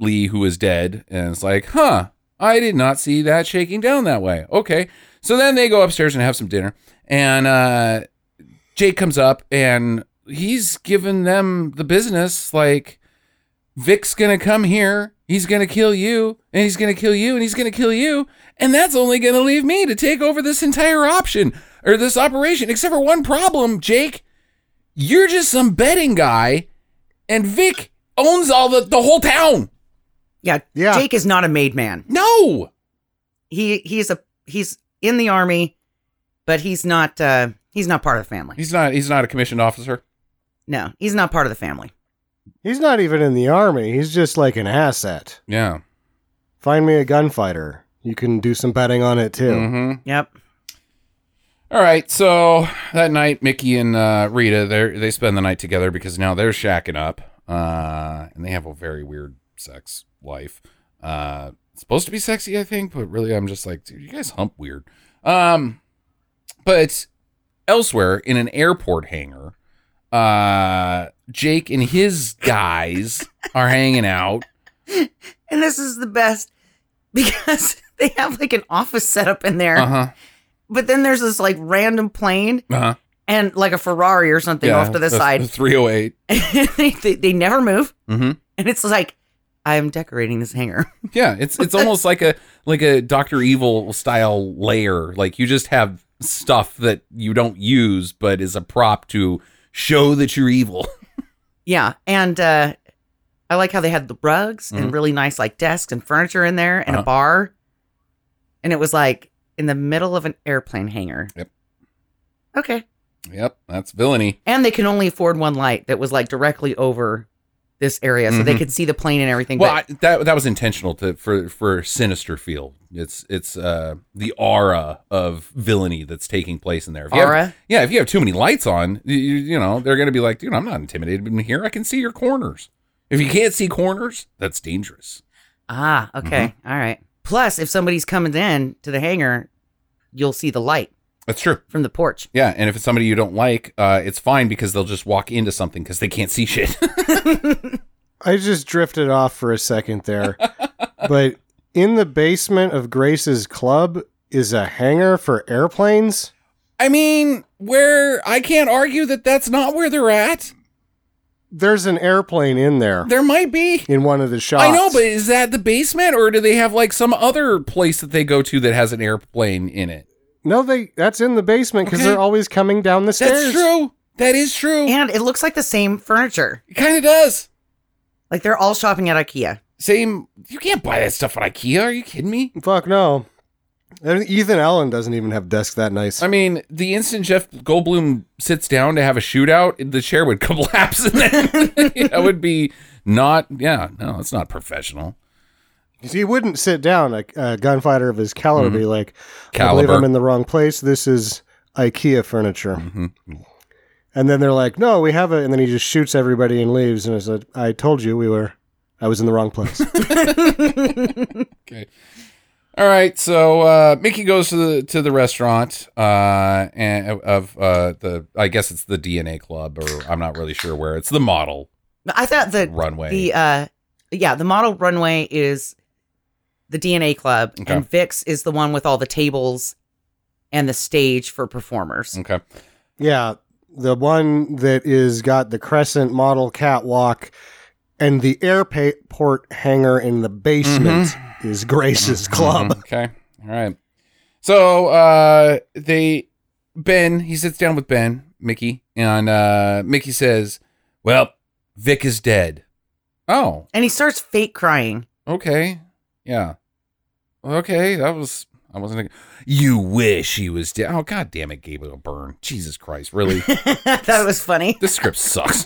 S3: Lee who is dead, and it's like, huh, I did not see that shaking down that way. Okay, so then they go upstairs and have some dinner, and uh, Jake comes up and he's giving them the business, like Vic's gonna come here, he's gonna kill you, and he's gonna kill you, and he's gonna kill you, and that's only gonna leave me to take over this entire option or this operation, except for one problem, Jake you're just some betting guy, and Vic owns all the the whole town.
S2: Yeah,
S1: Yeah.
S2: Jake is not a made man.
S3: No,
S2: He he's a he's in the army, but he's not uh he's not part of the family.
S3: he's not. He's not a commissioned officer.
S2: No, he's not part of the family.
S1: He's not even in the army. He's just like an asset.
S3: Yeah.
S1: Find me a gunfighter. You can do some betting on it too.
S3: Mm-hmm.
S2: Yep.
S3: All right. So that night, Mickey and uh, Rita they they spend the night together because now they're shacking up, uh, and they have a very weird sex life. Uh, it's supposed to be sexy, I think, but really, I'm just like, dude, you guys hump weird. Um, but elsewhere in an airport hangar, uh, Jake and his guys are hanging out.
S2: And this is the best because they have like an office set up in there,
S3: Uh huh.
S2: but then there's this like random plane
S3: Uh huh.
S2: and like a Ferrari or something off to the side.
S3: 308.
S2: they, they, they never move.
S3: hmm
S2: And it's like, I'm decorating this hangar.
S3: Yeah, it's it's almost like a like a Doctor Evil style layer. Like you just have stuff that you don't use, but is a prop to show that you're evil.
S2: Yeah. And uh, I like how they had the rugs
S3: Mhm.
S2: and really nice like desks and furniture in there and a
S3: Uh-huh.
S2: bar. And it was like in the middle of an airplane hangar.
S3: Yep.
S2: Okay.
S3: Yep, that's villainy.
S2: And they can only afford one light that was like directly over this area so they
S3: Mhm.
S2: could see the plane and everything.
S3: Well,
S2: but-
S3: I, that that was intentional to for for sinister feel. It's it's uh the aura of villainy that's taking place in there. If you have-
S2: Aura.
S3: yeah, if you have too many lights on, you, you you know they're gonna be like, dude, I'm not intimidated in here. I can see your corners. If you can't see corners, that's dangerous.
S2: Ah, okay.
S3: Mm-hmm.
S2: All right. Plus, if somebody's coming in to the hangar, you'll see the light
S3: That's true.
S2: from the porch.
S3: Yeah, and if it's somebody you don't like, uh, it's fine because they'll just walk into something because they can't see shit.
S1: I just drifted off for a second there. but in the basement of Grace's club is a hangar for airplanes.
S3: I mean, where I can't argue that that's not where they're at.
S1: There's an airplane in there
S3: There might be.
S1: in one of the shots.
S3: I know, but is that the basement or do they have like some other place that they go to that has an airplane in it?
S1: no, they that's in the basement because
S3: Okay.
S1: they're always coming down the stairs.
S3: That's true. That is true.
S2: And it looks like the same furniture.
S3: It kind of does.
S2: Like they're all shopping at IKEA.
S3: Same. You can't buy that stuff at IKEA. Are you kidding me?
S1: Fuck no. And Ethan Allen doesn't even have desks that nice.
S3: I mean, the instant Jeff Goldblum sits down to have a shootout, the chair would collapse, and then that would be not. Yeah, no, it's not professional.
S1: he wouldn't sit down. A, a gunfighter of his caliber would be like, I
S3: Mm-hmm. Caliber.
S1: believe I'm in the wrong place. This is IKEA furniture.
S3: Mhm.
S1: And then they're like, no, we have it. And then he just shoots everybody and leaves. And I said, I told you we were, I was in the wrong place.
S3: Okay. All right. So uh, Mickey goes to the to the restaurant uh, and of uh, the I guess it's the DNA Club or I'm not really sure where it's the model
S2: I thought the
S3: runway.
S2: the uh yeah, the model runway is the DNA club
S3: Okay.
S2: and Vix is the one with all the tables and the stage for performers.
S3: okay.
S1: yeah. The one that is got the crescent model catwalk and the airport hangar in the basement is Grace's club.
S3: Mhm. Okay. All right. So uh, they Ben he sits down with Ben Mickey and uh, Mickey says, "Well, Vic is dead." Oh.
S2: And he starts fake crying.
S3: Okay. Yeah. Okay, that was I wasn't. thinking- You wish he was dead. Oh god damn it, Gabriel Byrne. Jesus Christ, really?
S2: that was funny.
S3: this script sucks.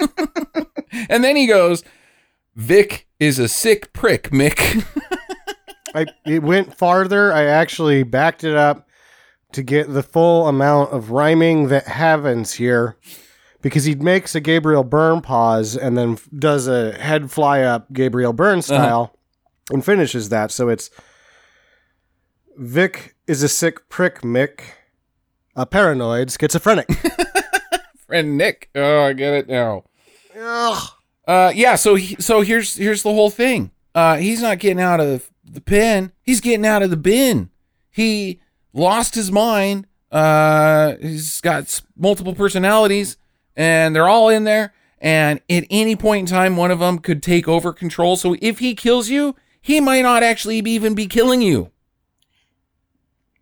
S3: and then he goes, Vic is a sick prick, Mick.
S1: I it went farther. I actually backed it up to get the full amount of rhyming that happens here because he makes a Gabriel Byrne pause and then f- does a head fly up Gabriel Byrne style and finishes that. So it's Vic is a sick prick, Mick, a paranoid schizophrenic.
S3: Friend Nick. Oh, I get it now.
S1: Ugh.
S3: Uh yeah, so he, so here's here's the whole thing. Uh he's not getting out of the pen. He's getting out of the bin. He lost his mind. Uh he's got s- multiple personalities and they're all in there and at any point in time one of them could take over control. So if he kills you, he might not actually be, even be killing you.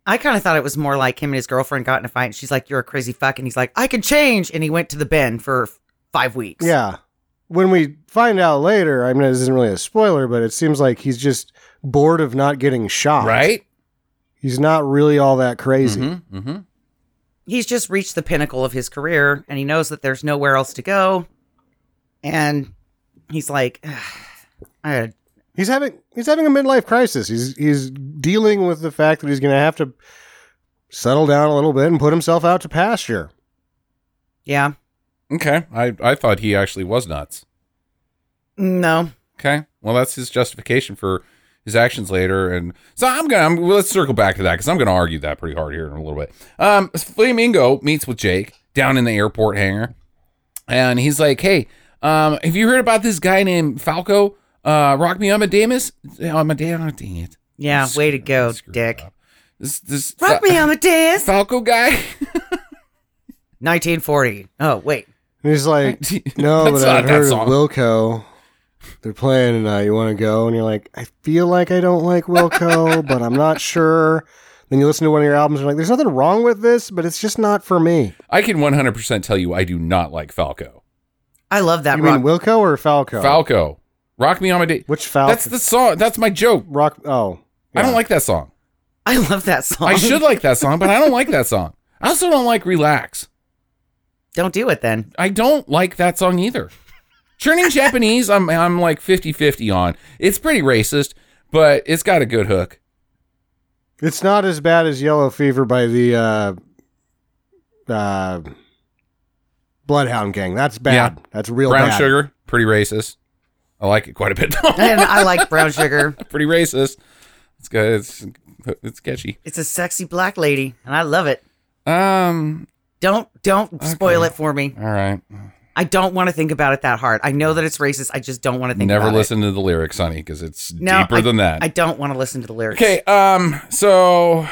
S2: I kind of thought it was more like him and his girlfriend got in a fight and she's like, You're a crazy fuck. And he's like, I can change. And he went to the bin for f- five weeks.
S1: Yeah. When we find out later, I mean, this isn't really a spoiler, but it seems like he's just bored of not getting shot.
S3: Right?
S1: He's not really all that Ah, crazy.
S3: Mm-hmm. Mm-hmm.
S2: He's just reached the pinnacle of his career and he knows that there's nowhere else to go. And he's like, I gotta
S1: He's having he's having a midlife crisis. He's he's dealing with the fact that he's going to have to settle down a little bit and put himself out to pasture.
S2: Yeah.
S3: Okay. I I thought he actually was nuts.
S2: No.
S3: Okay. Well, that's his justification for his actions later, and so I'm gonna I'm, well, let's circle back to that because I'm gonna argue that pretty hard here in a little bit. Um, Flamingo meets with Jake down in the airport hangar, and he's like, "Hey, um, have you heard about this guy named Falco? Uh, Rock Me Amadeus? Amadeus? Dang it!
S2: Yeah, way to go,
S3: Screw it
S2: Dick.
S3: up. This this
S2: Rock me, Amadeus.
S3: Falco guy?
S2: 1940. Oh, wait.
S1: And he's like, no,
S3: That's
S1: but I've
S3: not that
S1: heard of
S3: song.
S1: Wilco. They're playing tonight. You want to go? And you're like, I feel like I don't like Wilco, but I'm not sure. Then you listen to one of your albums and you're like, there's nothing wrong with this, but it's just not for me.
S3: I can 100% tell you I do not like Falco.
S2: I love that
S1: you
S2: rock.
S1: mean Wilco or Falco?
S3: Falco. Rock Me Amadeus.
S1: Which Falco?
S3: That's the song. That's my joke.
S1: rock. Oh.
S3: I don't
S1: yeah.
S3: like that song.
S2: I love that song.
S3: I should like that song, but I don't like that song. I also don't like Relax.
S2: Don't do it then.
S3: I don't like that song either. Churning Japanese, I'm I'm like 50-50 on. It's pretty racist, but it's got a good hook.
S1: It's not as bad as Yellow Fever by the uh, uh, Bloodhound Gang. That's bad. That's real
S3: Brown
S1: bad.
S3: Sugar, pretty racist. I like it quite a bit though.
S2: And I like brown sugar.
S3: pretty racist. It's good. It's it's catchy.
S2: It's a sexy black lady, and I love it.
S3: Um.
S2: Don't don't spoil it for me.
S3: All right.
S2: I don't want to think about it that hard. I know that it's racist. I just don't want to think
S3: Never
S2: about it.
S3: listen to the lyrics, honey, because it's
S2: No,
S3: deeper
S2: I-
S3: than that.
S2: I don't want to listen to the lyrics.
S3: okay. Um. So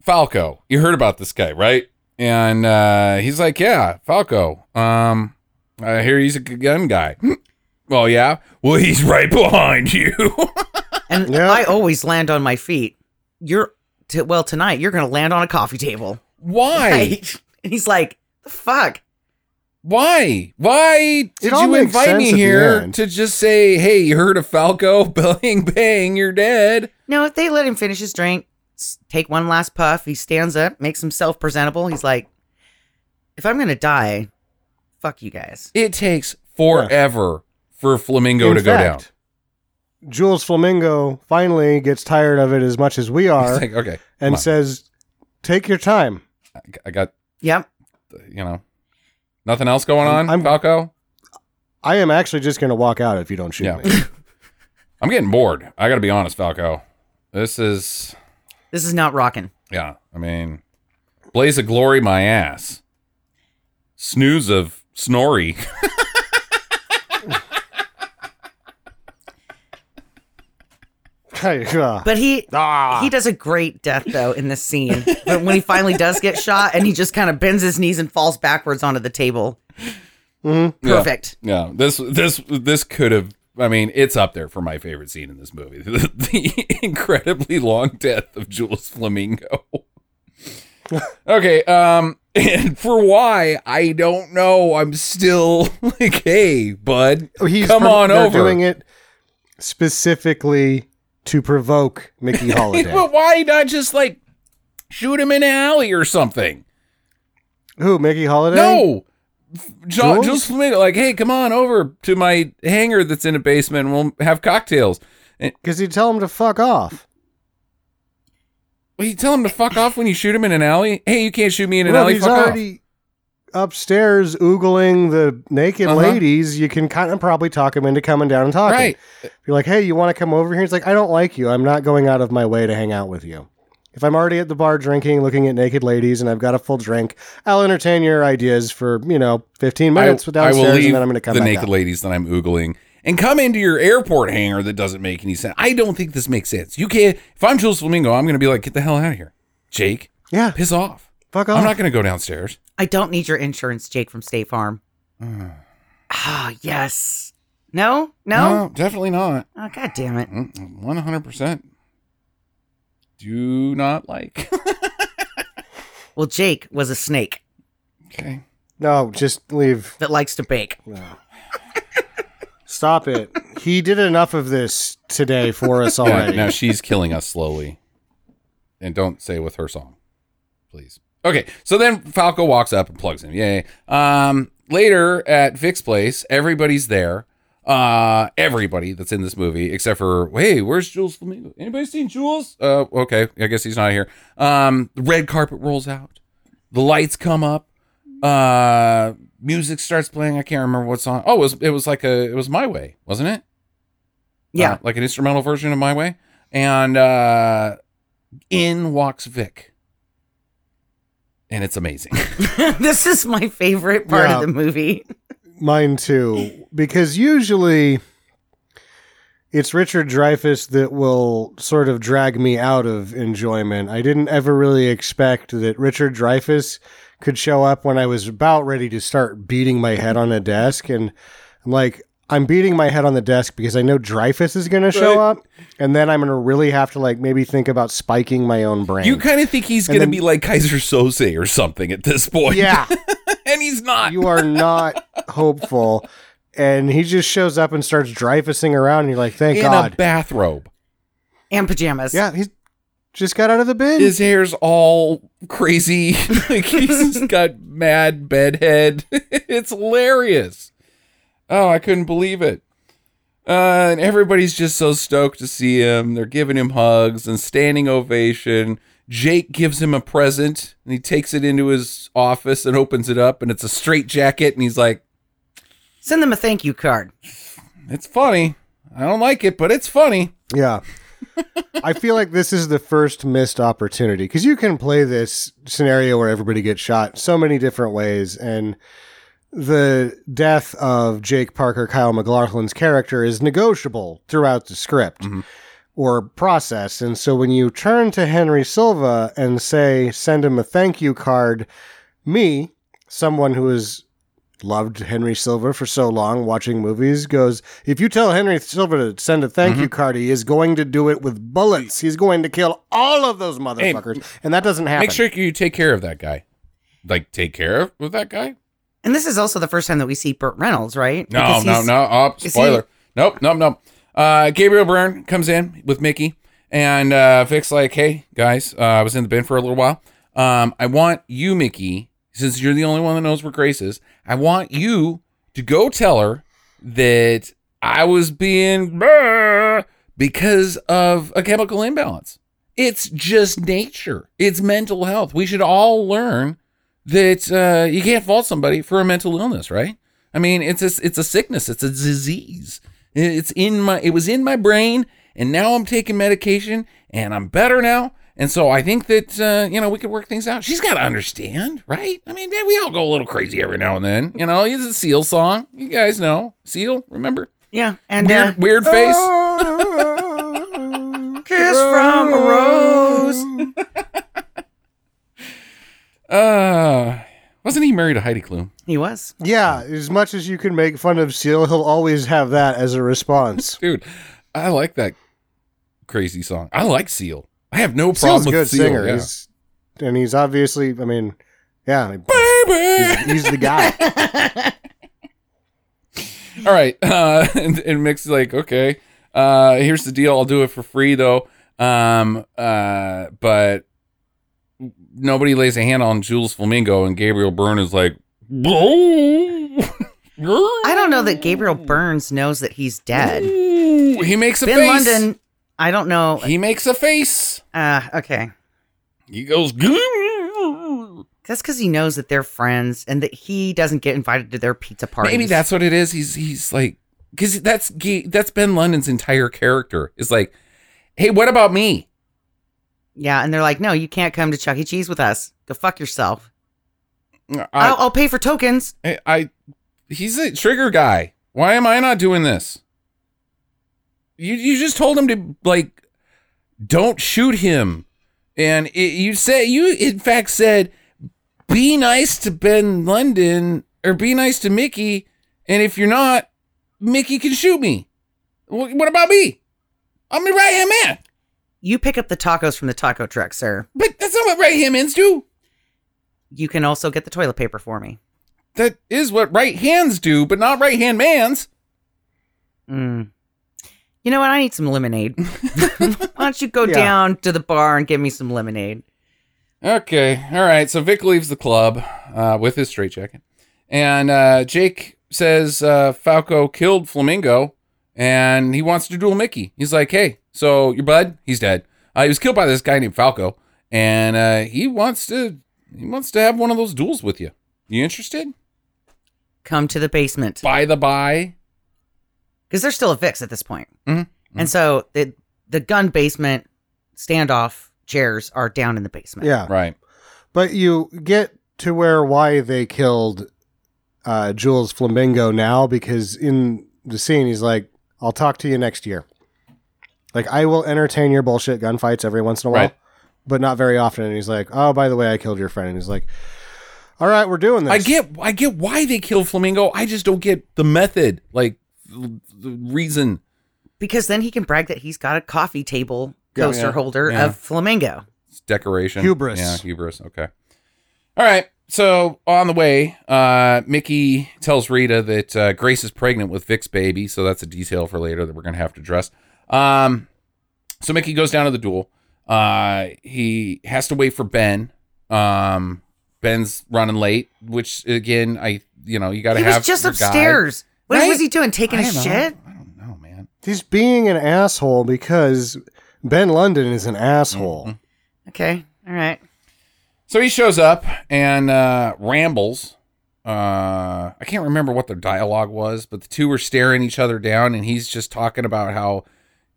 S3: Falco, you heard about this guy, right? And uh, he's like, yeah, Falco. Um, I hear he's a g- gun guy. well, yeah. Well, he's right behind you.
S2: And
S1: Yeah.
S2: I always land on my feet. You're t- well tonight. You're gonna land on a coffee table.
S3: Why?
S2: Right? And he's like, "The fuck."
S3: Why? Why did
S1: all
S3: you
S1: makes
S3: invite
S1: sense at
S3: me
S1: the
S3: here
S1: end.
S3: to just say, hey, you heard of Falco? Bang, bang, you're dead.
S2: No, if they let him finish his drink, s- take one last puff. He stands up, makes himself presentable. He's like, "If I'm gonna die, fuck you guys."
S3: It takes forever for Flamingo
S1: In
S3: to go down.
S1: fact, Jules Flamingo finally gets tired of it as much as we
S3: It's
S1: are
S3: like, okay, come
S1: and
S3: on.
S1: says, "Take your time."
S3: I- I got,
S2: Yep.
S3: you know, nothing else going on,
S1: I'm-
S3: Falco?
S1: I am actually just going to walk out if you don't shoot
S3: Yeah.
S1: me.
S3: I'm getting bored. I got to be honest, Falco. This is,
S2: This is not rocking.
S3: yeah, I mean, blaze of glory, my ass. Snooze of snorri.
S1: Yeah.
S2: But he
S1: ah,
S2: he does a great death though in this scene. but when he finally does get shot, and he just kind of bends his knees and falls backwards onto the table.
S3: Yeah.
S2: Perfect.
S3: Yeah, this this this could have. I mean, it's up there for my favorite scene in this movie: the, the incredibly long death of Jules Flamingo. okay, um, and for why I don't know. I'm still like, hey, bud,
S1: he's
S3: come on
S1: they're
S3: over.
S1: doing it specifically to provoke Mickey Holiday.
S3: but why not just like shoot him in an alley or something?
S1: Who, Mickey Holiday?
S3: No. F- John,
S1: Jules?
S3: Jules Flamingo, like, hey, come on over to my hangar that's in a basement. and We'll have cocktails.
S1: Cuz he'd tell him to fuck off.
S3: Well, you tell him to fuck off when you shoot him in an alley. Hey, you can't shoot me in an
S1: Well,
S3: alley.
S1: he's
S3: Fuck off.
S1: already upstairs oogling the naked
S3: Uh-huh.
S1: ladies. You can kind of probably talk him into coming down and talking.
S3: Right.
S1: You're like, hey, you want to come over here? He's like, I don't like you. I'm not going out of my way to hang out with you. If I'm already at the bar drinking, looking at naked ladies, and I've got a full drink, I'll entertain your ideas for you know 15 minutes downstairs, and then I'm going to come
S3: the
S1: back
S3: naked
S1: out.
S3: ladies that I'm oogling and come into your airport hangar that doesn't make any sense. I don't think this makes sense. You can't. If I'm Jules Flamingo, I'm going to be like, get the hell out of here, Jake.
S1: Yeah,
S3: Piss off.
S1: fuck off.
S3: I'm not going to go downstairs.
S2: I don't need your insurance, Jake from State Farm. Ah, yes. No? No?
S3: definitely not.
S2: Oh, God damn it.
S3: Mm, One hundred percent. Do not like.
S2: Well, Jake was a snake
S3: okay.
S1: no, just leave.
S2: that likes to bake.
S1: Stop it. he did enough of this today for us
S3: Yeah,
S1: already.
S3: now she's killing us slowly. And don't say with her song, please. Okay, so then Falco walks up and plugs him. Yay. Um, later at Vic's place, everybody's there. Uh, everybody that's in this movie, except for hey, where's Jules Flamingo? Anybody seen Jules? Uh, okay, I guess he's not here. Um, the red carpet rolls out, the lights come up, uh, music starts playing. I can't remember what song. Oh, it was it was like a it was My Way, wasn't it?
S2: Yeah.
S3: uh, like an instrumental version of My Way. And uh, in walks Vic. and it's amazing.
S2: this is my favorite part
S1: Yeah.
S2: of the movie.
S1: Mine too, because usually it's Richard Dreyfuss that will sort of drag me out of enjoyment. I didn't ever really expect that Richard Dreyfuss could show up when I was about ready to start beating my head on a desk, and I'm like. I'm beating my head on the desk because I know Dreyfus is going to show
S3: Right.
S1: up, and then I'm going to really have to like maybe think about spiking my own brain.
S3: You kind of think he's
S1: And
S3: going to
S1: then-
S3: be like Kaiser Soze or something at this point.
S1: yeah,
S3: and he's not.
S1: you are not hopeful. And he just shows up and starts dreyfusing around, and you're like, thank
S3: in a
S1: God.
S3: bathrobe.
S2: And pajamas.
S1: yeah, he's just got out of the bin.
S3: His hair's all crazy. like he's got mad bedhead. it's hilarious. Oh, I couldn't believe it. Uh, and everybody's just so stoked to see him. They're giving him hugs and standing ovation. Jake gives him a present and he takes it into his office and opens it up and it's a straight jacket and he's like,
S2: Send them a thank you card.
S3: "It's funny. I don't like it, but it's funny."
S1: yeah. I feel like this is the first missed opportunity because you can play this scenario where everybody gets shot so many different ways. And the death of Jake Parker, Kyle McLaughlin's character, is negotiable throughout the script
S3: Mm-hmm.
S1: or process. And so when you turn to Henry Silva and say, send him a thank you card, me, someone who has loved Henry Silva for so long watching movies, goes, if you tell Henry Silva to send a thank
S3: Mm-hmm.
S1: you card, he is going to do it with bullets. He's going to kill all of those motherfuckers. and that doesn't happen.
S3: Make sure you take care of that guy. Like take care of that guy?
S2: And this is also the first time that we see Burt Reynolds, right?
S3: No,
S2: Because
S3: no,
S2: he's-
S3: no. Oh,
S2: is
S3: spoiler. Nope, nope, nope. Uh, Gabriel Byrne comes in with Mickey, and uh, Vic's like, "Hey guys, uh, I was in the bin for a little while. Um, I want you, Mickey, since you're the only one that knows where Grace is. I want you to go tell her that I was being brr because of a chemical imbalance. It's just nature. It's mental health. We should all learn that uh, you can't fault somebody for a mental illness, right? I mean, it's a, it's a sickness. It's a disease. It's in my it was in my brain, and now I'm taking medication, and I'm better now. And so I think that uh, you know we could work things out. She's got to understand, right? I mean, man, we all go a little crazy every now and then. You know, it's a Seal song. You guys know Seal. Remember
S2: Yeah. And uh,
S3: weird, weird face.
S2: kiss from a rose.
S3: Uh, wasn't he married to Heidi Klum?
S2: He was.
S1: Yeah, as much as you can make fun of Seal, he'll always have that as a response.
S3: Dude, I like that crazy song. I like Seal. I have no problem
S1: Seal's a
S3: with
S1: good
S3: Seal.
S1: singer.
S3: yeah.
S1: He's, and he's obviously, I mean, yeah,
S3: Baby.
S1: he's, he's the guy.
S3: All right. Uh, and, and Mick's like, okay, uh, here's the deal. I'll do it for free though. Um, uh, but nobody lays a hand on Jules Flamingo, and Gabriel Byrne is like,
S2: I
S3: I
S2: don't know that Gabriel Burns knows that he's dead.
S3: He makes a
S2: ben
S3: face.
S2: London, I don't know.
S3: He makes a face.
S2: Uh, okay.
S3: He goes.
S2: That's because he knows that they're friends and that he doesn't get invited to their pizza parties.
S3: Maybe that's what it is. He's he's like because that's Ga- that's Ben London's entire character is like, hey, what about me?
S2: Yeah, and they're like, no, you can't come to Chuck E. Cheese with us. Go fuck yourself.
S3: I-
S2: I'll, I'll pay for tokens.
S3: I, I he's a trigger guy. Why am I not doing this? You you just told him to like don't shoot him. And it, you said you in fact said be nice to Ben London or be nice to Mickey and if you're not Mickey can shoot me. Wh- What about me? I'm the right hand man.
S2: You pick up the tacos from the taco truck, sir.
S3: But that's not what right hand men's do.
S2: You can also get the toilet paper for me.
S3: That is what right hands do, but not right hand man's.
S2: Mm. You know what? I need some lemonade. Why don't you go
S1: Yeah.
S2: down to the bar and give me some lemonade?
S3: Okay, all right. So Vic leaves the club uh, with his straitjacket, and uh, Jake says uh, Falco killed Flamingo, and he wants to duel Mickey. He's like, "Hey, so your bud, he's dead. Uh, he was killed by this guy named Falco, and uh, he wants to he wants to have one of those duels with you. You interested?
S2: Come to the basement
S3: By the by,
S2: because they're still a fix at this point.
S3: Mhm,
S2: And so the the gun basement standoff chairs are down in the basement.
S1: Yeah.
S3: right?
S1: But you get to where why they killed uh, Jules Flamingo now because in the scene he's like, "I'll talk to you next year." Like I will entertain your bullshit gunfights every once in a while,
S3: Right.
S1: but not very often. And he's like, "Oh, by the way, I killed your friend." And he's like, "All right, we're doing this."
S3: I get I get why they killed Flamingo. I just don't get the method, like the the reason.
S2: because then he can brag that he's got a coffee table
S1: Yeah,
S2: coaster
S3: yeah,
S2: holder
S3: yeah.
S2: of flamingo.
S3: It's decoration.
S1: Hubris.
S3: Yeah, hubris. Okay. All right. So on the way, uh, Mickey tells Rita that uh, Grace is pregnant with Vic's baby. So that's a detail for later that we're going to have to address. Um, so Mickey goes down to the duel. Uh, he has to wait for Ben. Um, Ben's running late, which again, I you know you got to
S2: He
S3: have
S2: was just
S3: your guy.
S2: upstairs. What
S3: Right?
S2: was he doing? Taking
S3: I
S2: a
S3: don't know.
S2: shit?
S3: I don't know, man.
S1: He's being an asshole because Ben London is an
S3: Mm-hmm.
S1: asshole.
S2: Okay. All right.
S3: So he shows up and uh, rambles. Uh, I can't remember what their dialogue was, but the two were staring each other down, and he's just talking about how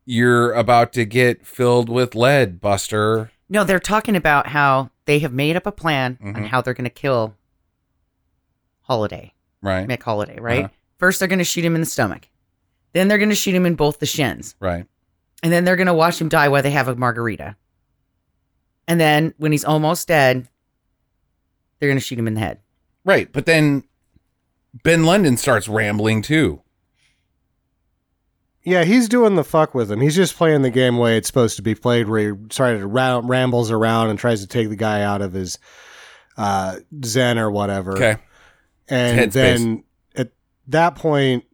S3: you're about to get filled with lead, Buster.
S2: No, they're talking about how they have made up a plan on
S3: Mhm.
S2: how they're going to kill Holiday,
S3: Right,
S2: Mick Holiday, right?
S3: Uh-huh.
S2: First, they're going to shoot him in the stomach. Then they're going to shoot him in both the shins.
S3: right.
S2: And then they're going to watch him die while they have a margarita. And then when he's almost dead, they're going to shoot him in the head.
S3: Right. But then Ben London starts rambling too.
S1: Yeah, he's doing the fuck with him. He's just playing the game way it's supposed to be played, where he sort of ra- rambles around and tries to take the guy out of his uh, zen or whatever.
S3: Okay.
S1: And
S3: Headspace.
S1: then at that point,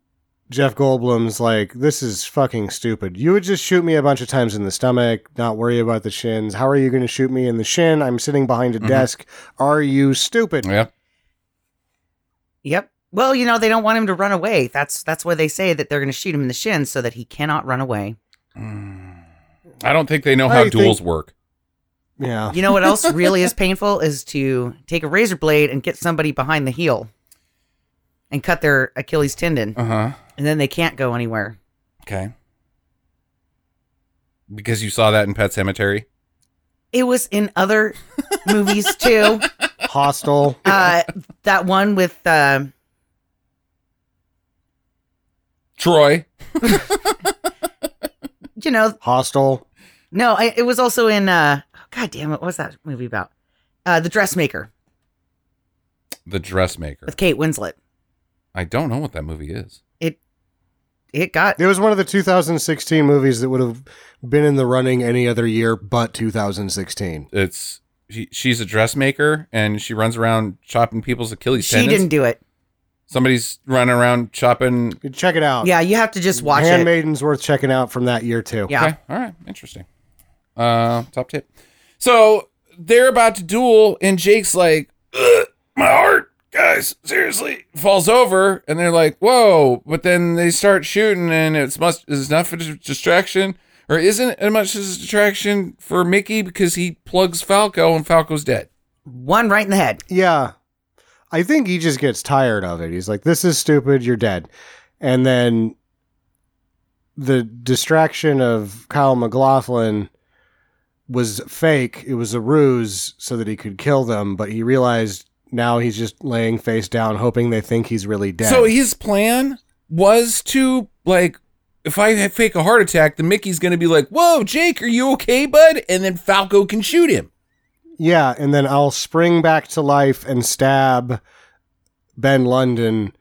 S1: Jeff Goldblum's like, "This is fucking stupid. You would just shoot me a bunch of times in the stomach. Not worry about the shins. How are you going to shoot me in the shin? I'm sitting behind a
S3: Mhm.
S1: desk. Are you stupid?"
S3: Yeah.
S2: Yep. Well, you know, they don't want him to run away. That's that's why they say that they're going to shoot him in the shin so that he cannot run away.
S3: I don't think they know how
S1: I think-
S3: duels work.
S1: Yeah.
S2: You know what else really is painful is to take a razor blade and get somebody behind the heel and cut their Achilles tendon,
S3: Uh huh.
S2: and then they can't go anywhere.
S3: Okay. Because you saw that in Pet Cemetery.
S2: It was in other movies too.
S1: Hostile.
S2: Uh, that one with um
S3: Troy.
S2: you know,
S1: Hostile.
S2: no, I, it was also in. Uh, oh, God damn it! What was that movie about? Uh, the Dressmaker
S3: The dressmaker.
S2: with Kate Winslet.
S3: I don't know what that movie is.
S2: It got
S1: It was one of the 2016 movies that would have been in the running any other year but 2016.
S3: It's she, she's a dressmaker and she runs around chopping people's Achilles
S2: she
S3: tendons.
S2: didn't do it.
S3: Somebody's running around chopping.
S1: Check it
S3: Uh,
S1: out.
S2: Yeah, you have to just watch it.
S1: Handmaiden's worth checking out from that year too.
S2: Yeah.
S3: Okay. All right. Interesting. Uh, top tip. So they're about to duel and Jake's like, "Ugh, my heart, guys, seriously, falls over. And they're like, whoa. But then they start shooting and it's must is enough of a distraction or isn't it much as a distraction for Mickey because he plugs Falco and Falco's dead.
S2: One right in the head.
S1: Yeah. I think he just gets tired of it. He's like, this is stupid. You're dead. And then the distraction of Kyle McLaughlin was fake. It was a ruse so that he could kill them, but he realized now he's just laying face down, hoping they think he's really dead.
S3: So his plan was to like, if I ha- fake a heart attack, then Mickey's gonna be like, "Whoa, Jake, are you okay, bud?" And then Falco can shoot him.
S1: Yeah, and then I'll spring back to life and stab Ben London,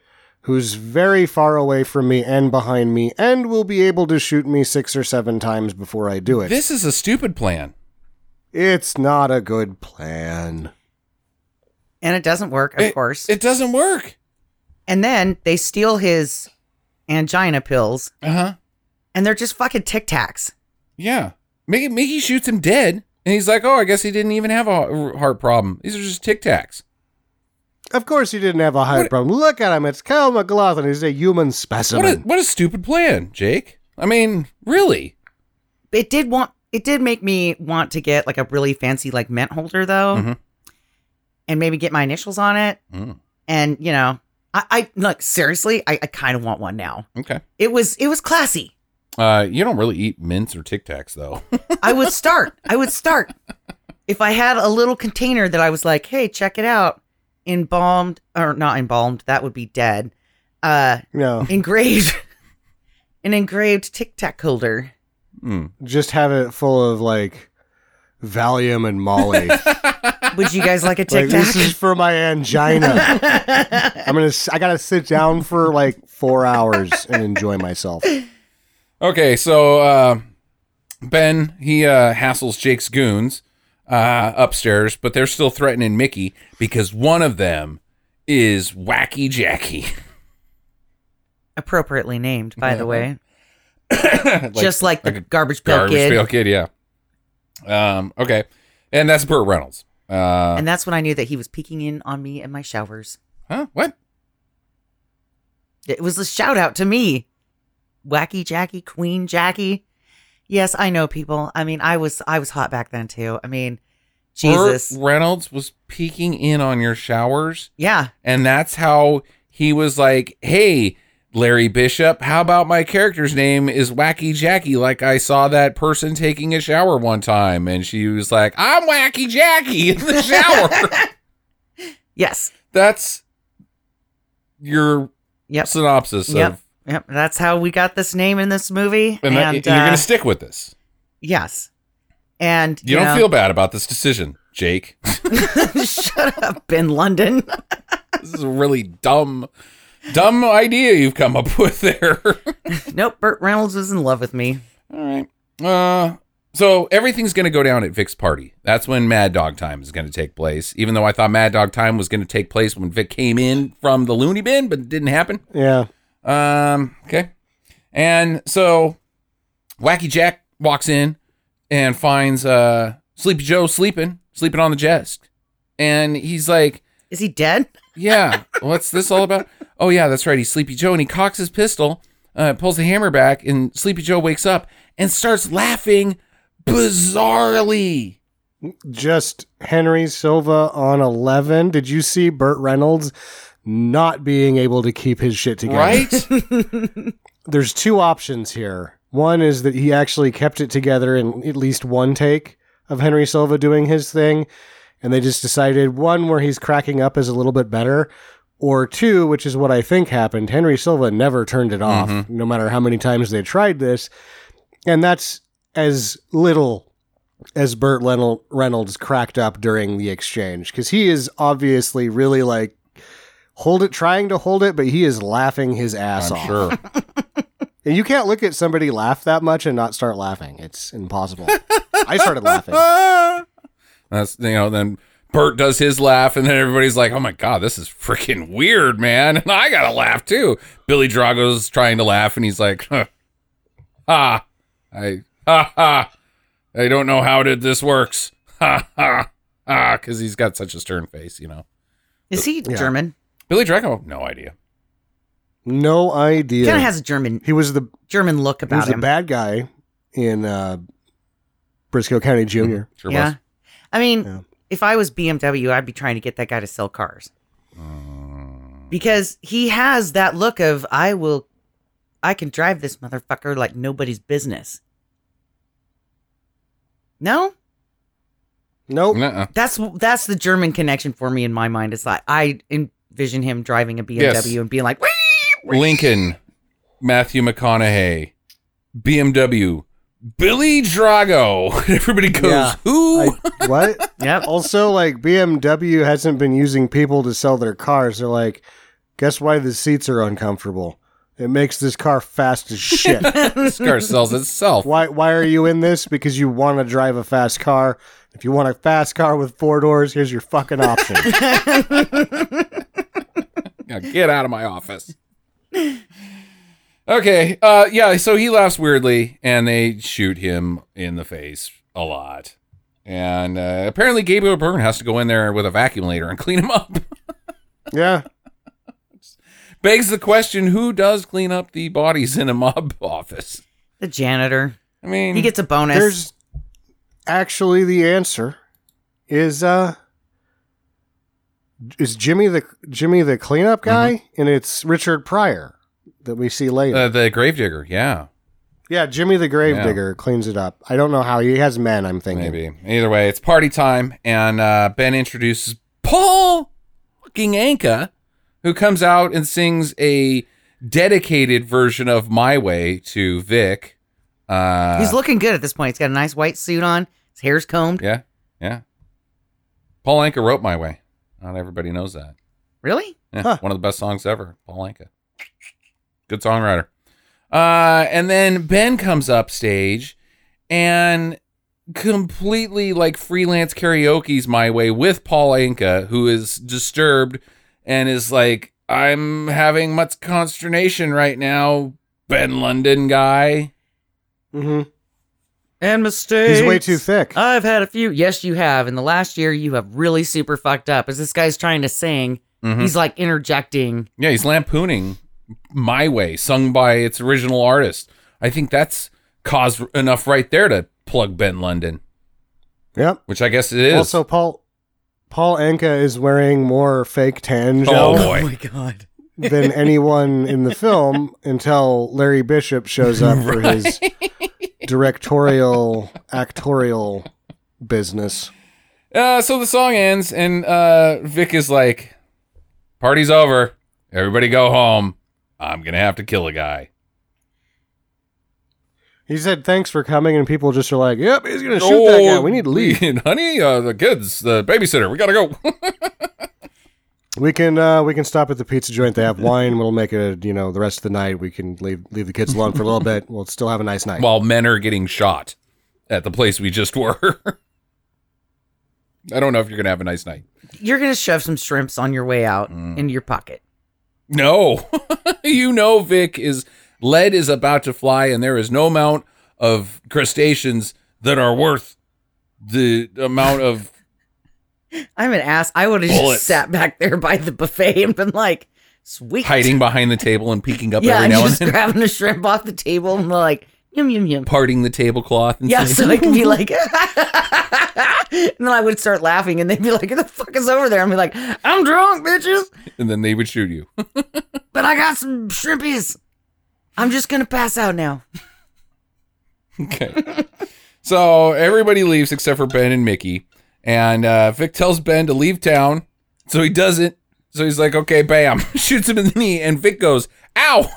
S1: who's very far away from me and behind me, and will be able to shoot me six or seven times before I do it.
S3: This is a stupid plan.
S1: it's not a good plan.
S2: And it doesn't work, of
S3: It-
S2: course.
S3: It doesn't work.
S2: and then they steal his angina pills
S3: Uh huh.
S2: and they're just fucking tic tacs.
S3: Yeah. Mickey, Mickey shoots him dead, and he's like, "Oh, I guess he didn't even have a heart problem. These are just tic tacs."
S1: Of course, he didn't have a heart
S3: What-
S1: problem. Look at him. It's Kyle McLaughlin. He's a human specimen.
S3: What a what a stupid plan, Jake. I mean, really.
S2: It did want it did make me want to get like a really fancy like mint holder though.
S3: Mhm.
S2: And maybe get my initials on it.
S3: Mm,
S2: And you know, I, I look, seriously, I, I kinda want one now.
S3: okay.
S2: It was it was classy.
S3: Uh, you don't really eat mints or tic tacs, though.
S2: I would start. I would start. if I had a little container that I was like, hey, check it out, embalmed or not embalmed, that would be dead. Uh,
S1: No,
S2: engraved, an engraved tic tac holder.
S3: Hmm.
S1: just have it full of like Valium and Molly.
S2: Would you guys like a
S1: like
S2: tic tac?
S1: this is for my angina. I'm gonna. s- I gotta sit down for like four hours and enjoy myself.
S3: Okay, so uh, Ben he uh, hassles Jake's goons uh, upstairs, but they're still threatening Mickey because one of them is Wacky Jackie.
S2: Appropriately named, by the way.
S3: Like-
S2: Just like the
S3: a
S2: garbage pail
S3: garbage
S2: kid.
S3: pail kid, yeah. Um, okay, and that's Burt Reynolds. Uh,
S2: And that's when I knew that he was peeking in on me in my showers.
S3: huh? What?
S2: It was a shout out to me. Wacky Jackie, Queen Jackie. Yes, I know people. I mean, I was I was hot back then too. I mean, Jesus.
S3: Burt Reynolds was peeking in on your showers,
S2: Yeah.
S3: and that's how he was like, "Hey, Larry Bishop, how about my character's name is Wacky Jackie? Like I saw that person taking a shower one time, and she was like, "I'm Wacky Jackie in the shower."
S2: Yes.
S3: that's your
S2: Yep.
S3: synopsis
S2: Yep.
S3: of,
S2: Yep. That's how we got this name in this movie.
S3: and,
S2: And,
S3: that- you're
S2: uh,
S3: gonna stick with this.
S2: yes. And
S3: You don't feel bad about this decision, Jake.
S2: feel shut up, Ben London.
S3: this is a really dumb, dumb idea you've come up with there.
S2: nope, Burt Reynolds was in love with me.
S3: All right. Uh, so everything's going to go down at Vic's party. That's when Mad Dog Time is going to take place. Even though I thought Mad Dog Time was going to take place when Vic came in from the loony bin, but it didn't happen.
S1: Yeah.
S3: Um, okay. And so Wacky Jack walks in and finds uh Sleepy Joe sleeping, sleeping on the desk. And he's like,
S2: Is he dead?
S3: Yeah. What's this all about? Oh, yeah, that's right. He's Sleepy Joe and he cocks his pistol, uh, pulls the hammer back, and Sleepy Joe wakes up and starts laughing bizarrely.
S1: Just Henry Silva on eleven. Did you see Burt Reynolds not being able to keep his shit together?
S3: Right?
S1: there's two options here. One is that he actually kept it together in at least one take of Henry Silva doing his thing, and they just decided one where he's cracking up is a little bit better, or two, which is what I think happened. Henry Silva never turned it off,
S3: Mm-hmm.
S1: no matter how many times they tried this, and that's as little as Burt Len- Reynolds cracked up during the exchange because he is obviously really like hold it, trying to hold it, but he is laughing his ass off.
S3: I'm sure.
S1: And you can't look at somebody laugh that much and not start laughing. It's impossible. I started laughing.
S3: Ah. That's, you know, then Bert does his laugh, and then everybody's like, oh my God, this is freaking weird, man. And I got to laugh too. Billy Drago's trying to laugh, and he's like, huh, ha, I, ha, ha, I don't know how did this works. Ha, ha, ha, because he's got such a stern face, you know.
S2: Is he German?
S3: Billy Drago, no idea.
S1: No idea.
S2: Kind of has a German
S1: he was the
S2: German look
S1: he was
S2: about
S1: the
S2: him.
S1: bad guy in uh, Briscoe County Junior.
S3: Sure
S2: yeah.
S3: was.
S2: I mean,
S1: Yeah.
S2: if I was BMW, I'd be trying to get that guy to sell cars.
S3: Mm.
S2: Because he has that look of I will I can drive this motherfucker like nobody's business. No? Mm-hmm.
S1: Nope.
S3: Nuh-uh.
S2: That's that's the German connection for me in my mind. It's like I envision him driving a BMW
S3: Yes.
S2: and being like, "Whee!"
S3: Lincoln, Matthew McConaughey, BMW, Billy Drago. Everybody goes,
S1: Yeah.
S3: who?
S1: I- what?
S2: Yep.
S1: Also, like BMW hasn't been using people to sell their cars. They're like, guess why the seats are uncomfortable? It makes this car fast as shit.
S3: this car sells itself.
S1: why? Why are you in this? Because you want to drive a fast car. If you want a fast car with four doors, here's your fucking option.
S3: Now get out of my office. Okay. Uh, yeah. So he laughs weirdly, and they shoot him in the face a lot. And uh, apparently, Gabriel Byrne has to go in there with a vacuum later and clean him up.
S1: yeah.
S3: Begs the question: Who does clean up the bodies in a mob office?
S2: the janitor.
S3: I mean,
S2: He gets a bonus.
S1: There's actually the answer is uh is Jimmy the Jimmy the
S3: Mm-hmm.
S1: cleanup guy and it's Richard Pryor that we see later.
S3: uh, the gravedigger. Uh, Yeah.
S1: Yeah, Jimmy the Gravedigger cleans it up. I don't know how he has men. I'm thinking.
S3: Maybe. Either way, it's party time, and uh, Ben introduces Paul fucking Anka, who comes out and sings a dedicated version of "My Way" to Vic. Uh,
S2: He's looking good at this point. He's got a nice white suit on. His hair's combed.
S3: yeah, yeah. Paul Anka wrote "My Way." Not everybody knows that.
S2: Really?
S3: Yeah,
S1: Huh.
S3: One of the best songs ever, Paul Anka. Good songwriter. Uh, and then Ben comes up stage and completely like freelance karaoke's my way with Paul Anka, who is disturbed and is like, I'm having much consternation right now, Ben London guy.
S1: hmm
S2: And mistakes.
S1: He's way too thick.
S3: Uh,
S2: I've had a few. Yes, you have. In the last year, you have really super fucked up. As this guy's trying to sing,
S1: Mm-hmm.
S3: Mhm.
S2: he's like interjecting.
S3: Yeah, he's lampooning My Way, sung by its original artist. I think that's cause enough right there to plug Ben London,
S1: yep.
S3: which I guess it is.
S1: Also, Paul Paul Anka is wearing more fake tan gel
S3: Oh, boy.
S2: my god.
S1: than anyone in the film until Larry Bishop shows up for his directorial actorial business.
S3: Uh, so the song ends, and uh, Vic is like, "Party's over. Everybody go home. I'm gonna have to kill a guy."
S1: He said, "Thanks for coming," and people just are like, "Yep, he's gonna shoot that guy. We need to leave.
S3: honey. Uh, the kids, the babysitter. We gotta go.
S1: We can uh, we can stop at the pizza joint. They have wine. We'll make it. You know, the rest of the night we can leave leave the kids alone for a little bit. We'll still have a nice night."
S3: While men are getting shot at the place we just were. I don't know if you're gonna have a nice night.
S2: You're gonna shove some shrimps on your way out
S3: Mm.
S2: into your pocket.
S3: No, you know, Vic is lead is about to fly, and there is no amount of crustaceans that are worth the amount of
S2: I'm an ass. I would have
S3: Bullets.
S2: just sat back there by the buffet and been like, sweet.
S3: hiding behind the table and peeking up
S2: Yeah,
S3: every
S2: and
S3: now and
S2: just
S3: then,
S2: grabbing a shrimp off the table and like, yum yum yum.
S3: parting the tablecloth. And
S2: Yeah,
S3: saying,
S2: so I could be like, and then I would start laughing, and they'd be like, "Who the fuck is over there?" I'm like, "I'm drunk, bitches,
S3: and then they would shoot you.
S2: but I got some shrimpies. I'm just gonna pass out now."
S3: okay. So everybody leaves except for Ben and Mickey, and uh, Vic tells Ben to leave town, so he doesn't. So he's like, okay, bam, shoots him in the knee, and Vic goes, ow.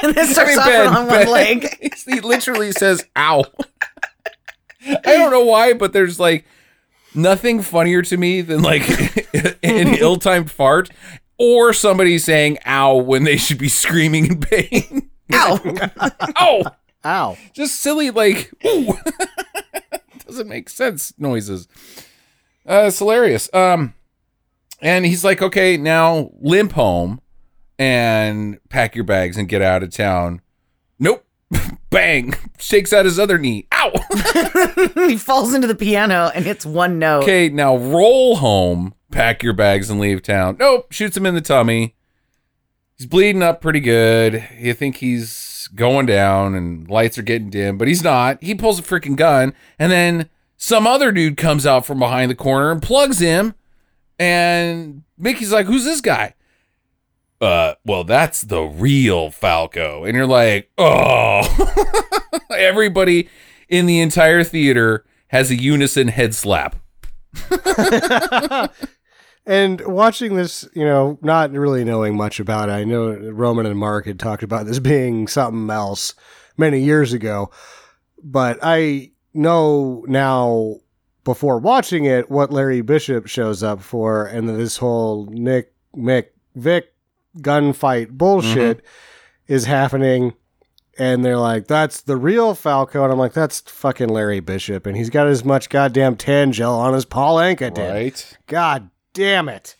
S2: And then
S3: I mean,
S2: starts off
S3: Ben,
S2: on one
S3: Ben.
S2: leg.
S3: he literally says, ow. I don't know why, but there's like nothing funnier to me than like an ill timed fart or somebody saying ow when they should be screaming in pain. Oh!
S2: Ow!
S3: ow!
S1: Ow!
S3: Just silly, like, ooh. Doesn't make sense noises. Uh, it's hilarious. Um, and he's like, okay, now limp home and pack your bags and get out of town. Nope. Bang. Shakes out his other knee. Ow.
S2: he falls into the piano and hits one note.
S3: okay, now roll home, pack your bags and leave town. Nope. Shoots him in the tummy. He's bleeding up pretty good. You think he's going down and lights are getting dim, but he's not. He pulls a freaking gun and then some other dude comes out from behind the corner and plugs him. And Mickey's like, Who's this guy? Uh, well, that's the real Falco. And you're like, Oh, everybody in the entire theater has a unison head slap.
S1: And watching this, you know, not really knowing much about it, I know Roman and Mark had talked about this being something else many years ago, but I know now before watching it what Larry Bishop shows up for and then this whole Nick Mick Vic gunfight bullshit is happening and they're like, That's the real Falco and I'm like, That's fucking Larry Bishop and he's got as much goddamn tan gel on as Paul Anka did.
S3: Right.
S1: God damn it.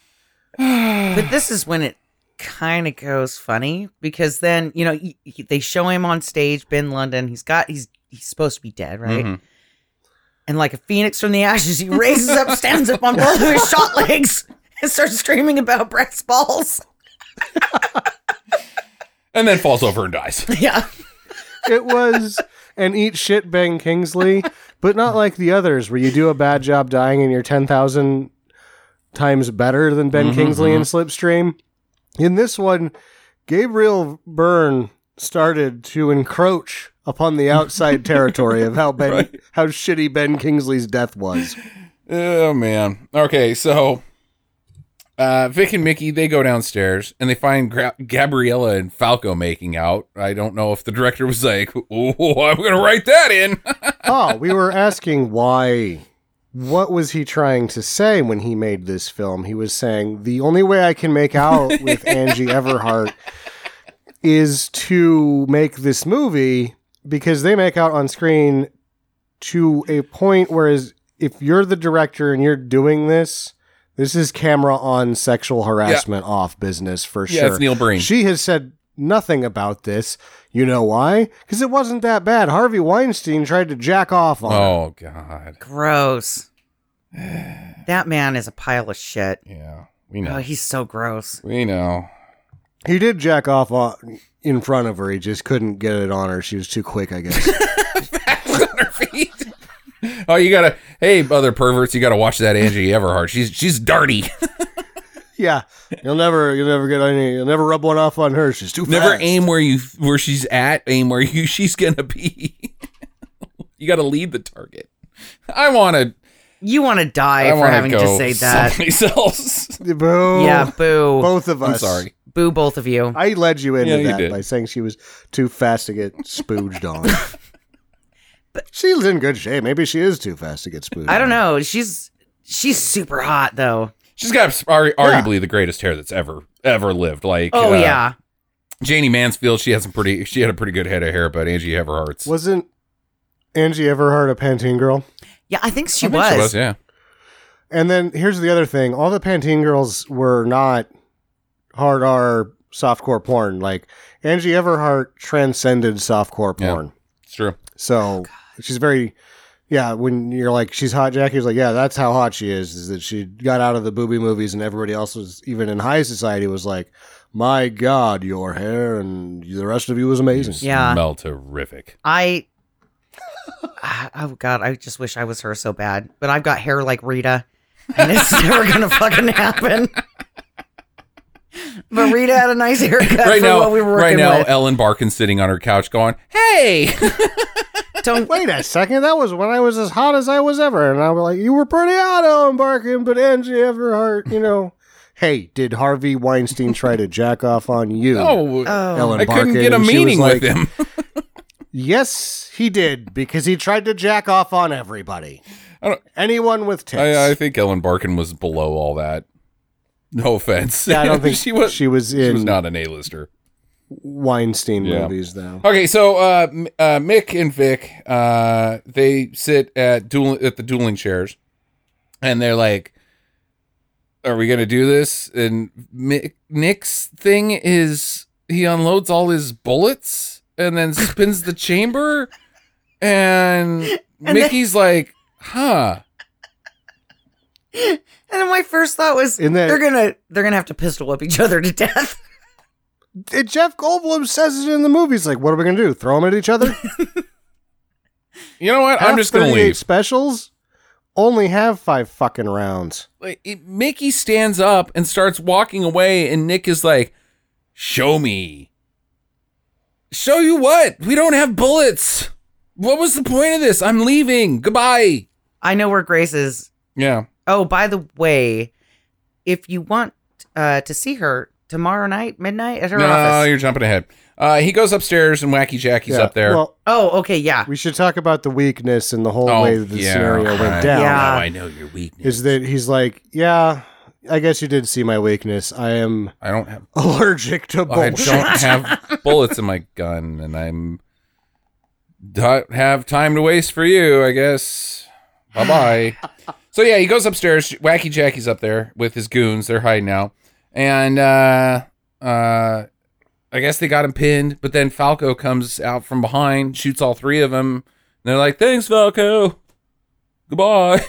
S2: But this is when it kind of goes funny because then you know he, he- they show him on stage, Ben London. He's got he's he's supposed to be dead, right?
S3: Mhm.
S2: And like a phoenix from the ashes, he raises up, stands up on both of his shot legs, and starts screaming about brass balls.
S3: And then falls over and dies.
S2: Yeah,
S1: it was an eat shit bang Kingsley, but not like the others where you do a bad job dying and you're 10,000 times better than Ben Kingsley in Slipstream. In this one, Gabriel Byrne started to encroach upon the outside territory of how Ben, how shitty Ben Kingsley's death was.
S3: Oh man. Okay, so uh, Vic and Mickey they go downstairs and they find Gra- Gabriella and Falco making out. I don't know if the director was like, "Oh, I'm gonna write that in."
S1: Oh, we were asking why. What was he trying to say when he made this film? He was saying the only way I can make out with Angie Everhart is to make this movie because they make out on screen to a point whereas if you're the director and you're doing this this is camera on sexual harassment off business for
S3: yeah,
S1: sure
S3: it's Neil Breen.
S1: she has said nothing about this you know why because it wasn't that bad harvey weinstein tried to jack off on her.
S3: oh God.
S2: Gross. That man is a pile of shit.
S3: Yeah, we
S2: Oh,
S3: know.
S2: he's so gross.
S3: We know.
S1: he did jack off on, in front of her he just couldn't get it on her she was too quick i guess
S3: on her feet. Oh, you gotta. Hey, other perverts, you gotta watch that Angie Everhart. She's she's darty.
S1: yeah you'll never you'll never get any you'll never rub one off on her she's too
S3: Never
S1: fast.
S3: aim where you where she's at. Aim where you she's gonna be. you gotta lead the target. I want to.
S2: You want to die
S3: I
S2: for
S3: want
S2: having
S3: go
S2: to say that.
S3: Someplace else.
S1: Boo.
S2: Yeah, boo.
S1: Both of us.
S3: I'm sorry.
S2: Boo, both of you.
S1: I led you into
S3: Yeah, you
S1: that
S3: did.
S1: by saying she was too fast to get spooged on. She's in good shape. Maybe she is too fast to get spooged.
S2: I don't
S1: on.
S2: know. She's she's super hot though.
S3: She's got ar- arguably the greatest hair that's ever ever lived. Like,
S2: Oh
S3: uh,
S2: yeah.
S3: Janie Mansfield. She has some pretty. She had a pretty good head of hair, but Angie Everhart's.
S1: Wasn't Angie ever heard a Pantene girl?
S2: Yeah, I think she
S3: I think
S2: was.
S3: yeah.
S1: And then here's the other thing: all the Pantene girls were not hard R softcore porn. Like Angie Everhart transcended softcore
S3: Yeah.
S1: porn.
S3: It's true.
S1: So she's very, yeah. When you're like, she's hot, Jackie's like, yeah, that's how hot she is. Is that she got out of the booby movies and everybody else was even in high society was like, my god, your hair and the rest of you was amazing.
S3: You
S2: Yeah.
S3: Smell terrific.
S2: I Ah, oh god, I just wish I was her so bad. But I've got hair like Rita, and it's never gonna fucking happen. But Rita had a nice haircut
S3: right
S2: for
S3: now,
S2: what we were working
S3: right now,
S2: with.
S3: Ellen Barkin's sitting on her couch going, "Hey."
S2: Don't
S1: Wait a second, that was when I was as hot as I was ever, and I was like, you were pretty hot, Ellen Barkin, but Angie Everhart, you know. hey, did Harvey Weinstein try to jack off on you?
S3: Oh,
S2: Oh.
S1: Ellen
S3: I
S1: Barkin?
S3: couldn't get a
S1: She was
S3: meeting
S1: like,
S3: with him.
S1: Yes, he did because he tried to jack off on everybody.
S3: I don't-
S1: Anyone with tits.
S3: I, I think Ellen Barkin was below all that. No offense.
S1: Yeah, I don't think
S3: she was. She,
S1: She was in
S3: was not an A-lister.
S1: Weinstein
S3: Yeah.
S1: movies, though.
S3: Okay, so uh, M- uh, Mick and Vic, uh, they sit at duel at the dueling chairs, and they're like, "Are we gonna do this?" And Mick, Nick's thing is he unloads all his bullets and then spins the chamber, and,
S2: then-
S3: Mickey's like, "Huh."
S2: And then my first thought was
S1: In that-
S2: they're gonna they're gonna have to pistol whip each other to death.
S1: It- Jeff Goldblum says it in the movies. Like, what are we gonna do? Throw them at each other?
S3: You know what? I'm
S1: Half
S3: just gonna
S1: 38
S3: leave.
S1: Specials only have five fucking rounds.
S3: like it, Mickey stands up and starts walking away, and Nick is like, "Show me, show you what? We don't have bullets. What was the point of this? I'm leaving. Goodbye."
S2: I know where Grace is.
S3: Yeah,
S2: Oh, by the way, if you want uh, to see her tomorrow night, midnight at her
S3: no,
S2: office.
S3: you're jumping ahead. Uh, he goes upstairs, and Wacky Jackie's
S1: Yeah,
S3: up there.
S1: Well,
S2: Oh, okay, yeah.
S1: we should talk about the weakness and the whole
S3: Oh,
S1: way that the
S3: yeah,
S1: scenario
S3: right.
S1: went down.
S2: Yeah.
S3: Now I know your weakness.
S1: Is that he's like, yeah, I guess you did see my weakness. I am
S3: I don't have.
S1: allergic to
S3: I
S1: bullshit.
S3: don't have bullets in my gun, and I'm don't have time to waste for you. I guess. Bye bye. so yeah, he goes upstairs. Wacky Jackie's up there with his goons. They're hiding now, and uh, uh, I guess they got him pinned. But then Falco comes out from behind, shoots all three of them. And they're like, "Thanks, Falco. Goodbye."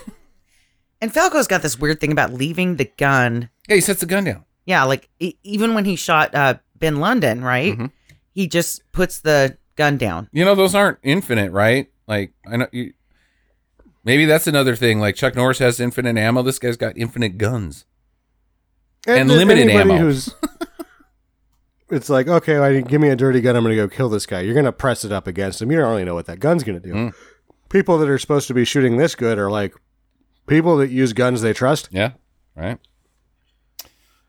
S2: And Falco's got this weird thing about leaving the gun.
S3: yeah, he sets the gun down.
S2: Yeah, like e- even when he shot uh, Ben London, right?
S1: Mm-hmm.
S3: Mhm.
S2: He just puts the gun down.
S3: you know those aren't infinite right like i know you maybe that's another thing like chuck norris has infinite ammo this guy's got infinite guns and
S1: if
S3: limited
S1: anybody
S3: ammo.
S1: Who's, it's like, okay, I, give me a dirty gun. I'm going to go kill this guy. You're going to press it up against him. You don't really know what that gun's going to do.
S3: Mm.
S1: People that are supposed to be shooting this good are like people that use guns they trust.
S3: Yeah. Right.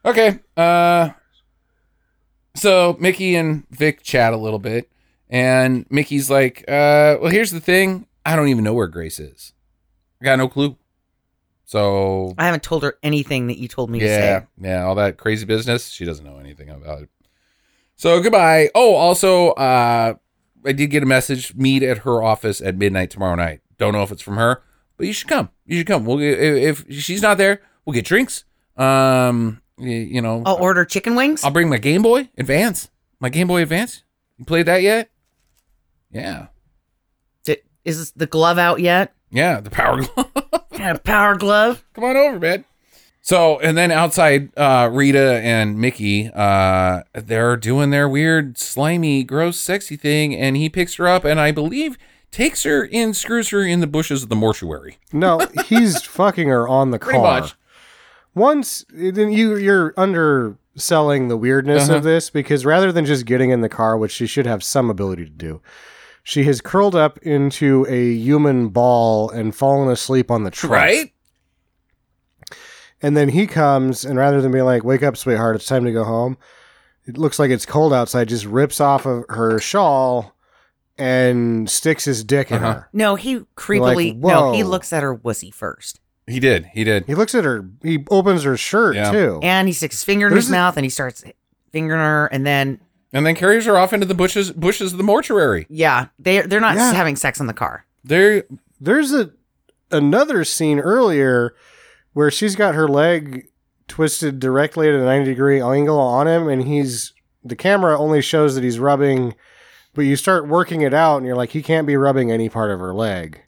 S3: Okay. Uh so Mickey and Vic chat a little bit, and Mickey's like, uh, well, here's the thing. I don't even know where Grace is. I got no clue. So
S2: I haven't told her anything that you told me
S3: yeah,
S2: to say.
S3: yeah, all that crazy business. She doesn't know anything about it. So goodbye. Oh, also, uh, I did get a message. Meet at her office at midnight tomorrow night. Don't know if it's from her, but you should come. You should come. We'll get, if if she's not there, we'll get drinks. Um, y- you know,
S2: I'll order chicken wings.
S3: I'll bring my Game Boy Advance. My Game Boy Advance. You played that yet? Yeah,
S2: D- Is the glove out yet?
S3: yeah. The Power Glove.
S2: Yeah, power glove.
S3: come on over, man. So, and then outside, uh, Rita and Mickey, uh, they're doing their weird, slimy, gross, sexy thing, and he picks her up and I believe takes her in, screws her in the bushes of the mortuary.
S1: No, he's fucking her on the
S3: Pretty
S1: car.
S3: much.
S1: Once then you you're underselling the weirdness
S3: Uh-huh.
S1: of this because rather than just getting in the car, which she should have some ability to do, she has curled up into a human ball and fallen asleep on the trunk.
S3: Right?
S1: And then he comes, and rather than being like, "Wake up, sweetheart, it's time to go home," it looks like it's cold outside. Just rips off of her shawl and sticks his dick in
S3: Uh-huh.
S1: her.
S2: No, he creepily. no, he
S1: whoa.
S2: looks at her wussy first,
S3: He did. He did.
S1: He looks at her. He opens her shirt
S3: Yeah.
S1: too.
S2: and he sticks his finger in
S1: There's
S2: his
S1: a-
S2: mouth, and he starts fingering her, and then
S3: And then carries her off into the bushes bushes of the mortuary.
S2: yeah, they they're not
S1: Yeah.
S2: having sex in the car.
S3: There
S1: There's a another scene earlier where she's got her leg twisted directly at a 90 degree angle on him, and he's the camera only shows that he's rubbing, but you start working it out, and you're like, he can't be rubbing any part of her leg.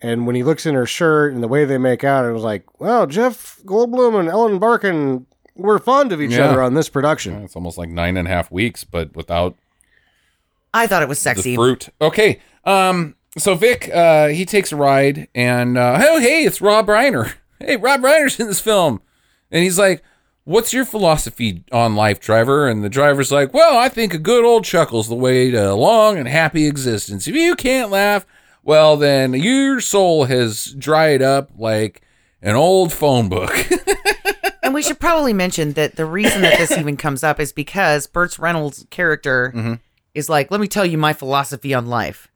S1: And when he looks in her shirt and the way they make out, it was like, wow, Jeff Goldblum and Ellen Barkin were fond of each
S3: Yeah.
S1: other on this production.
S3: it's almost like nine and a half weeks, but without
S2: I thought it was
S3: the
S2: sexy.
S3: fruit. Okay. Um. So Vic, uh, he takes a ride, and uh, oh hey, it's Rob Reiner. Hey, Rob Reiner's in this film, and he's like, "What's your philosophy on life, driver?" And the driver's like, "Well, I think a good old chuckle's the way to a long and happy existence. If you can't laugh, well then your soul has dried up like an old phone book."
S2: And we should probably mention that the reason that this even comes up is because Burt Reynolds' character
S1: Mm-hmm.
S2: is like, "Let me tell you my philosophy on life,"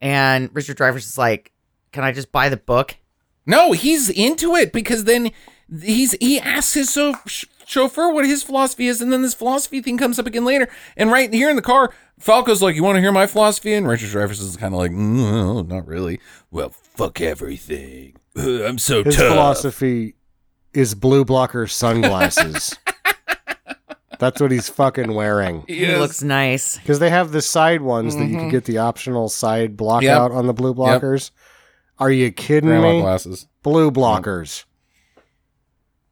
S2: and Richard Drivers is like, "Can I just buy the book?"
S3: No, he's into it because then he's he asks his so, sh- chauffeur what his philosophy is, and then this philosophy thing comes up again later. And right here in the car, Falco's like, "You want to hear my philosophy?" And Richard Dreyfuss is kind of like, "No, not really." Well, fuck everything. Ugh, I'm so
S1: His
S3: tough.
S1: philosophy is blue blocker sunglasses. That's what he's fucking wearing.
S2: He
S3: Yes.
S2: looks nice.
S1: Because they have the side ones that you can get the optional side block
S3: Mm-hmm. Yep.
S1: out on the blue blockers. Are you kidding
S3: grandma
S1: me?
S3: glasses.
S1: Blue blockers.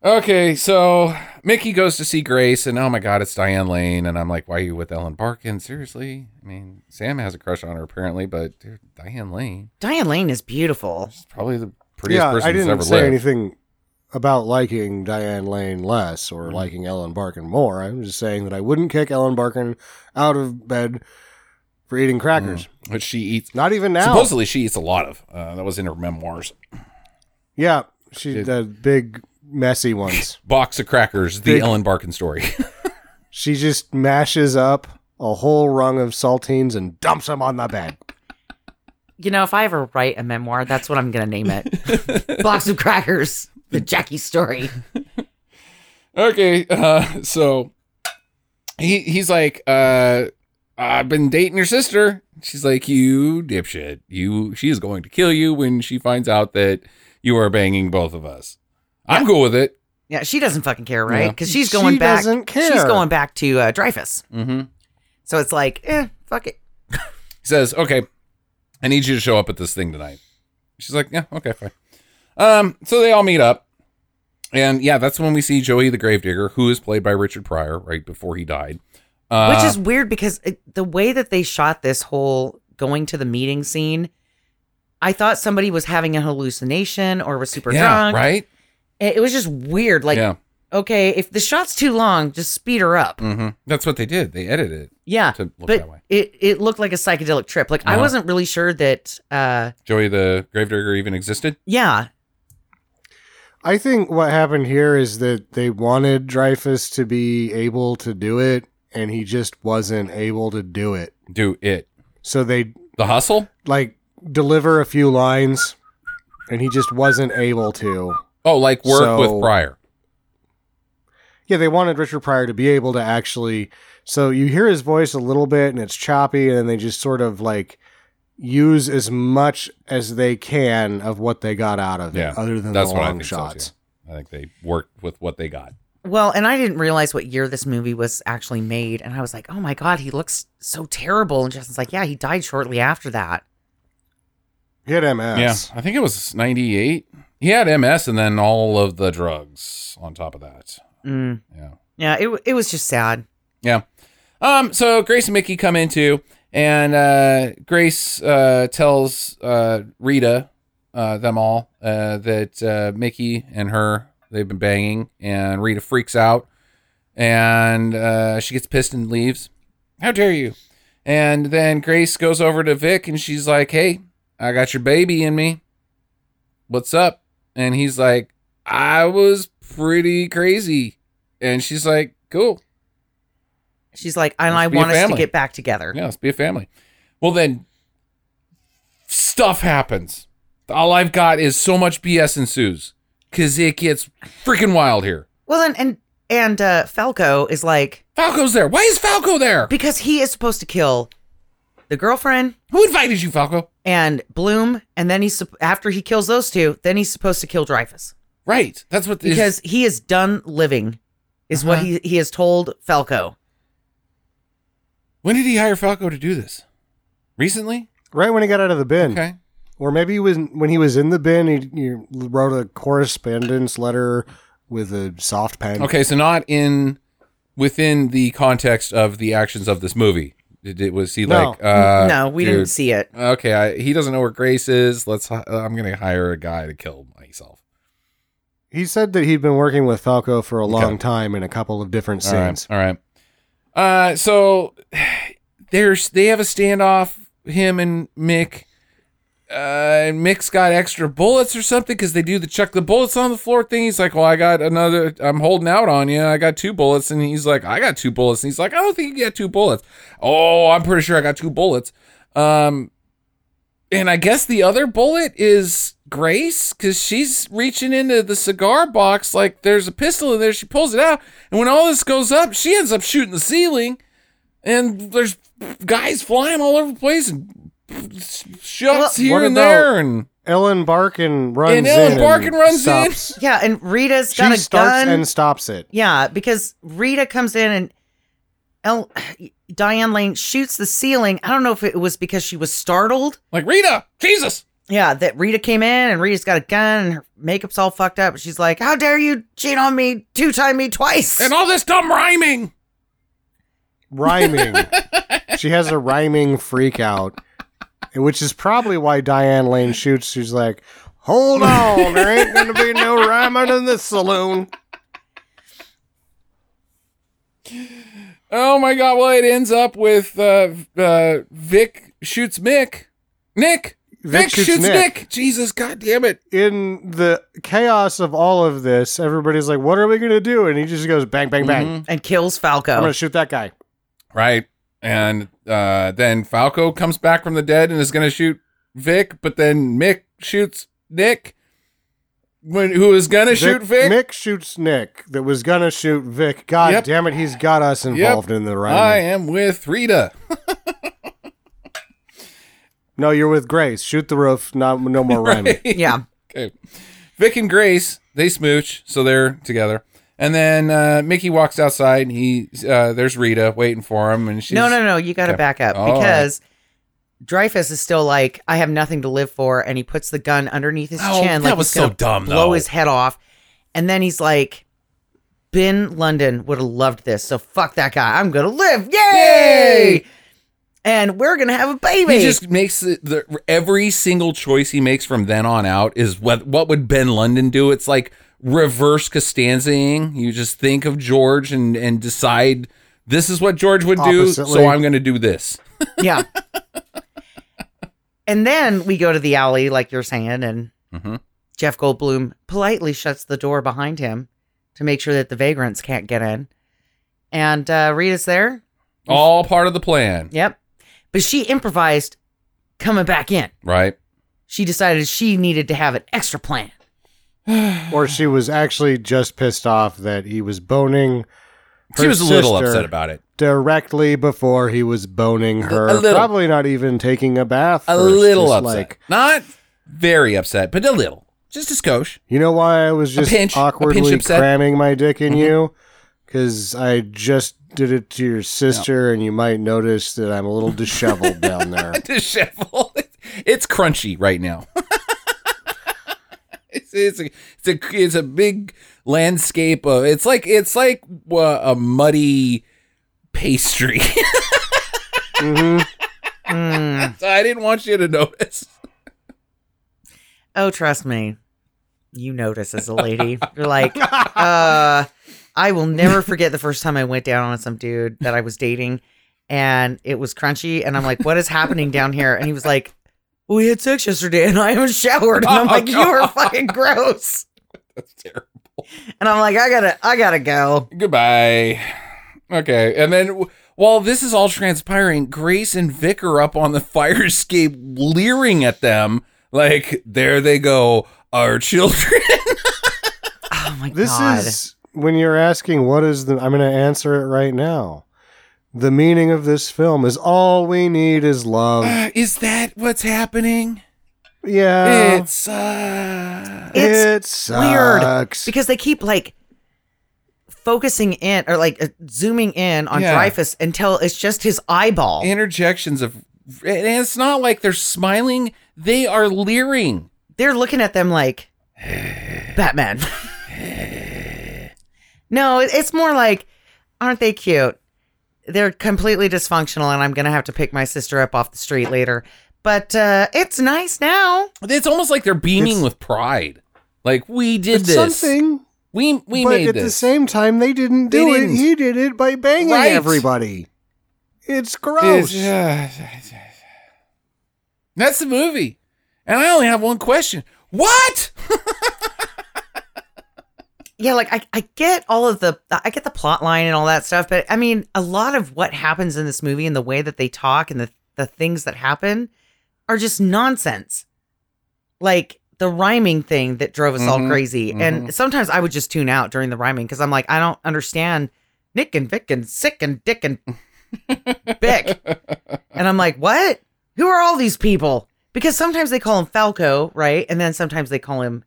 S3: Okay, so Mickey goes to see Grace, and oh my god, it's Diane Lane, and I'm like, why are you with Ellen Barkin? Seriously? I mean, Sam has a crush on her apparently, but dude, Diane Lane,
S2: Diane Lane is beautiful.
S3: she's probably the prettiest
S1: Yeah,
S3: person
S1: I
S3: that's
S1: didn't
S3: ever
S1: say
S3: lived.
S1: anything about liking Diane Lane less or
S3: Mm-hmm.
S1: liking Ellen Barkin more. I'm just saying that I wouldn't kick Ellen Barkin out of bed for eating crackers.
S3: But she eats.
S1: Not even now.
S3: Mm. Supposedly, she eats a lot of. Uh, that was in her memoirs.
S1: yeah, she
S3: Dude.
S1: the big messy ones.
S3: Box of crackers, the
S1: Big-
S3: Ellen Barkin story.
S1: she just mashes up a whole rung of saltines and dumps them on the bed.
S2: You know, if I ever write a memoir, that's what I'm going to name it. Box of Crackers, the Jackie story.
S3: okay, uh, so he he's like, uh, I've been dating your sister. She's like, you dipshit. You she is going to kill you when she finds out that you are banging both of us. I'm cool with it.
S2: Yeah, she doesn't fucking care, right?
S3: Yeah.
S2: Because she's going
S1: She
S2: back.
S1: doesn't
S2: She's
S1: care.
S2: going back to uh, Dreyfus.
S3: Mm-hmm. He
S2: So it's like, eh, fuck it.
S3: says, okay, I need you to show up at this thing tonight. She's like, yeah, okay, fine. Um, so they all meet up. And yeah, that's when we see Joey the Gravedigger, who is played by Richard Pryor right before he died. Uh,
S2: Which is weird because it, the way that they shot this whole going to the meeting scene, I thought somebody was having a hallucination or was super
S3: yeah,
S2: drunk.
S3: right?
S2: It, it was just weird. Like,
S3: yeah.
S2: okay, if the shot's too long, just speed her up.
S3: hmm That's what they did. They edited
S2: Yeah.
S3: it to look
S2: but
S3: that way.
S2: It it looked like a psychedelic trip. Like I
S3: Uh-huh.
S2: wasn't really sure that uh
S3: Joey the Gravedigger even existed.
S2: yeah.
S1: I think what happened here is that they wanted Dreyfus to be able to do it, and he just wasn't able to do it.
S3: Do it.
S1: So they
S3: The hustle.
S1: like deliver a few lines, and he just wasn't able to.
S3: Oh, like work
S1: So-
S3: with Pryor.
S1: Yeah, they wanted Richard Pryor to be able to actually. So you hear his voice a little bit, and it's choppy, and they just sort of like use as much as they can of what they got out of
S3: Yeah,
S1: it, other than
S3: That's
S1: the
S3: what I
S1: long
S3: think. so, too.
S1: shots.
S3: I think they worked with what they got.
S2: Well, and I didn't realize what year this movie was actually made, and I was like, "Oh my god, he looks so terrible." And Justin's like, "Yeah, he died shortly after that."
S1: Hit MS.
S3: Yeah, I think it was '98. He had MS and then all of the drugs on top of that.
S2: Mm.
S3: Yeah.
S2: Yeah, it wa- it was just sad.
S3: Yeah. Um, so Grace and Mickey come in too, and uh, Grace uh, tells uh, Rita, uh, them all, uh, that uh, Mickey and her, they've been banging, and Rita freaks out, and uh, she gets pissed and leaves. How dare you? And then Grace goes over to Vic, and she's like, hey, I got your baby in me. What's up? And he's like, I was pretty crazy. And she's like, cool.
S2: She's like, "And
S3: Must
S2: I
S3: be a
S2: want us to
S3: family.
S2: get back together."
S3: Yeah, let's be a family. Well, then stuff happens. All I've got is so much BS ensues because it gets freaking wild here.
S2: Well, and and and uh, Falco is like,
S3: Falco's there. Why is Falco there?
S2: because he is supposed to kill the girlfriend
S3: Who invited you, Falco?
S2: and Bloom, and then he's sup- after he kills those two, then he's supposed to kill Dreyfus.
S3: Right. That's what this
S2: because he is done living is what
S3: Uh-huh.
S2: he, he has told falco
S3: When did he hire Falco to do this? Recently?
S1: Right when he got out of the bin.
S3: Okay.
S1: Or maybe when when he was in the bin, he, he wrote a correspondence letter with a soft pen.
S3: Okay, so not in within the context of the actions of this movie. Did it was he
S1: No.
S3: like uh
S2: Mm, no we
S3: dude,
S2: didn't see it
S3: Okay, I, he doesn't know where Grace is. Let's hi- I'm going to hire a guy to kill myself.
S1: He said that he'd been working with Falco for a
S3: Okay.
S1: long time in a couple of different
S3: All right,
S1: scenes.
S3: All right. Uh, so there's they have a standoff. Him and Mick. Uh, and Mick's got extra bullets or something because they do the chuck the bullets on the floor thing. He's like, "Well, I got another. I'm holding out on you. I got two bullets." And he's like, "I got two bullets." And he's like, "I don't think you got two bullets." Oh, I'm pretty sure I got two bullets. Um, and I guess the other bullet is Grace because she's reaching into the cigar box like there's a pistol in there. She pulls it out, and when all this goes up, she ends up shooting the ceiling, and there's guys flying all over the place and
S1: What
S3: shots here and
S1: about-
S3: there. And
S1: Ellen Barkin runs
S3: And Ellen
S1: in.
S3: Barkin runs
S1: stops.
S2: yeah and rita's got
S1: She
S2: a
S1: starts
S2: gun
S1: and stops it.
S2: yeah because rita comes in and El- diane lane shoots the ceiling i don't know if it was because she was startled
S3: like Rita, Jesus,
S2: yeah that rita came in and rita's got a gun and her makeup's all fucked up she's like how dare you cheat on me two time me twice
S3: and all this dumb rhyming.
S1: Rhyming. she has a rhyming freak out, which is probably why Diane Lane shoots. She's like, hold on, there ain't going to be no rhyming in this saloon.
S3: Oh my God! Well, it ends up with uh, uh, Vic shoots Mick, Nick. Vic, shoots, Nick. Jesus, God damn it!
S1: in the chaos of all of this, everybody's like, "What are we gonna do?" And he just goes, "Bang, bang, bang!
S3: Mhm.
S2: and kills
S1: I'm
S2: falco
S1: gonna shoot that guy."
S3: Right. And uh, then Falco comes back from the dead and is going to shoot Vic, but then Mick shoots Nick, when who is going to shoot Vic.
S1: Mick shoots Nick. That was gonna shoot Vic. God
S3: Yep.
S1: damn it, he's got us involved in the
S3: I
S1: rhyming.
S3: am with Rita.
S1: No, you're with Grace. Shoot the roof. Not no more rhyming.
S2: yeah
S3: Okay. Vic and Grace, they smooch, so they're together. And then uh, Mickey walks outside. And he uh, there's Rita waiting for him, and she's
S2: no, no, no. You got to
S3: Okay.
S2: back up
S3: All right.
S2: because Dreyfus is still like, I have nothing to live for, and he puts the gun underneath his
S3: Oh,
S2: chin.
S3: that
S2: like
S3: was
S2: he's
S3: so
S2: gonna
S3: dumb,
S2: Blow
S3: though.
S2: his head off, and then he's like, Ben London would have loved this, so fuck that guy. I'm gonna live, yay!
S3: Yay!
S2: And we're gonna have a
S3: He
S2: baby.
S3: just makes the, the every single choice he makes from then on out is what what would Ben London do? It's like reverse Costanzaing. You just think of George and and decide this is what George would do, so
S1: Oppositely.
S3: I'm going to do this.
S2: Yeah. and then we go to the alley, like you're saying, and
S3: hmm
S2: Jeff Goldblum politely shuts the door behind him to make sure that the vagrants can't get in. And uh, Rita's there.
S3: All part of the plan,
S2: Yep. But she improvised coming back in.
S3: right?
S2: She decided she needed to have an extra plan.
S1: or she was actually just pissed off that he was boning
S3: she
S1: her
S3: was a little
S1: sister
S3: upset about it.
S1: directly before he was boning her.
S3: little.
S1: Probably not even taking a bath.
S3: A
S1: first,
S3: little
S1: just
S3: upset,
S1: Like
S3: not very upset, but a little. Just a skosh.
S1: you know why I was just
S3: pinch- a pinch
S1: awkwardly
S3: upset. Mm-hmm.
S1: cramming my dick in you? Because I just did it to your sister, and you might notice that I'm a little disheveled down there.
S3: disheveled. It's crunchy right now. it's, it's a it's a it's a big landscape of it's like it's like uh, a muddy pastry.
S1: hmm
S2: Mm.
S3: So I didn't want you to notice.
S2: Oh, trust me. You notice as a lady. You're like, uh, I will never forget the first time I went down on some dude that I was dating and it was crunchy. And I'm like, what is happening down here? And he was like, we had sex yesterday and I haven't showered. And I'm
S3: Oh,
S2: like, you are
S3: God.
S2: fucking gross.
S3: That's terrible.
S2: And I'm like, I gotta, I gotta go.
S3: Goodbye. Okay, and then w- while this is all transpiring, Grace and Vic are up on the fire escape, leering at them like, "There they go, our children."
S2: Oh my
S1: This
S2: God.
S1: is when you're asking what is the I'm going to answer it right now. The meaning of this film is all we need is love.
S3: Uh, is that what's happening? uh,
S1: Yeah.
S3: It sucks.
S1: it
S2: It's weird
S1: sucks.
S2: because they keep like focusing in or like uh, zooming in on
S3: Yeah.
S2: Dreyfus until it's just his eyeball.
S3: Interjections of, and it's not like they're smiling; they are leering.
S2: They're looking at them like Batman. no, it- it's more like, aren't they cute? They're completely dysfunctional, and I'm gonna have to pick my sister up off the street later. But uh, it's nice now.
S3: It's almost like they're beaming
S1: It's-
S3: with pride. Like we did
S1: It's
S3: this.
S1: something,
S3: We we
S1: but
S3: made
S1: at
S3: this.
S1: the same time, they didn't
S3: They
S1: do it.
S3: didn't.
S1: He did it by banging
S3: Right.
S1: everybody. It's
S3: It's-
S1: gross.
S3: That's the movie, and I only have one question. What?
S2: yeah like I, I get all of the i get the plot line and all that stuff but i mean a lot of what happens in this movie and the way that they talk and the, the things that happen are just nonsense like the rhyming thing that drove us all
S3: Mhm,
S2: crazy
S3: mhm.
S2: and sometimes i would just tune out during the rhyming because i'm like i don't understand nick and vic and sick and dick and bick and i'm like what who are all these people because sometimes they call him falco right and then sometimes they call him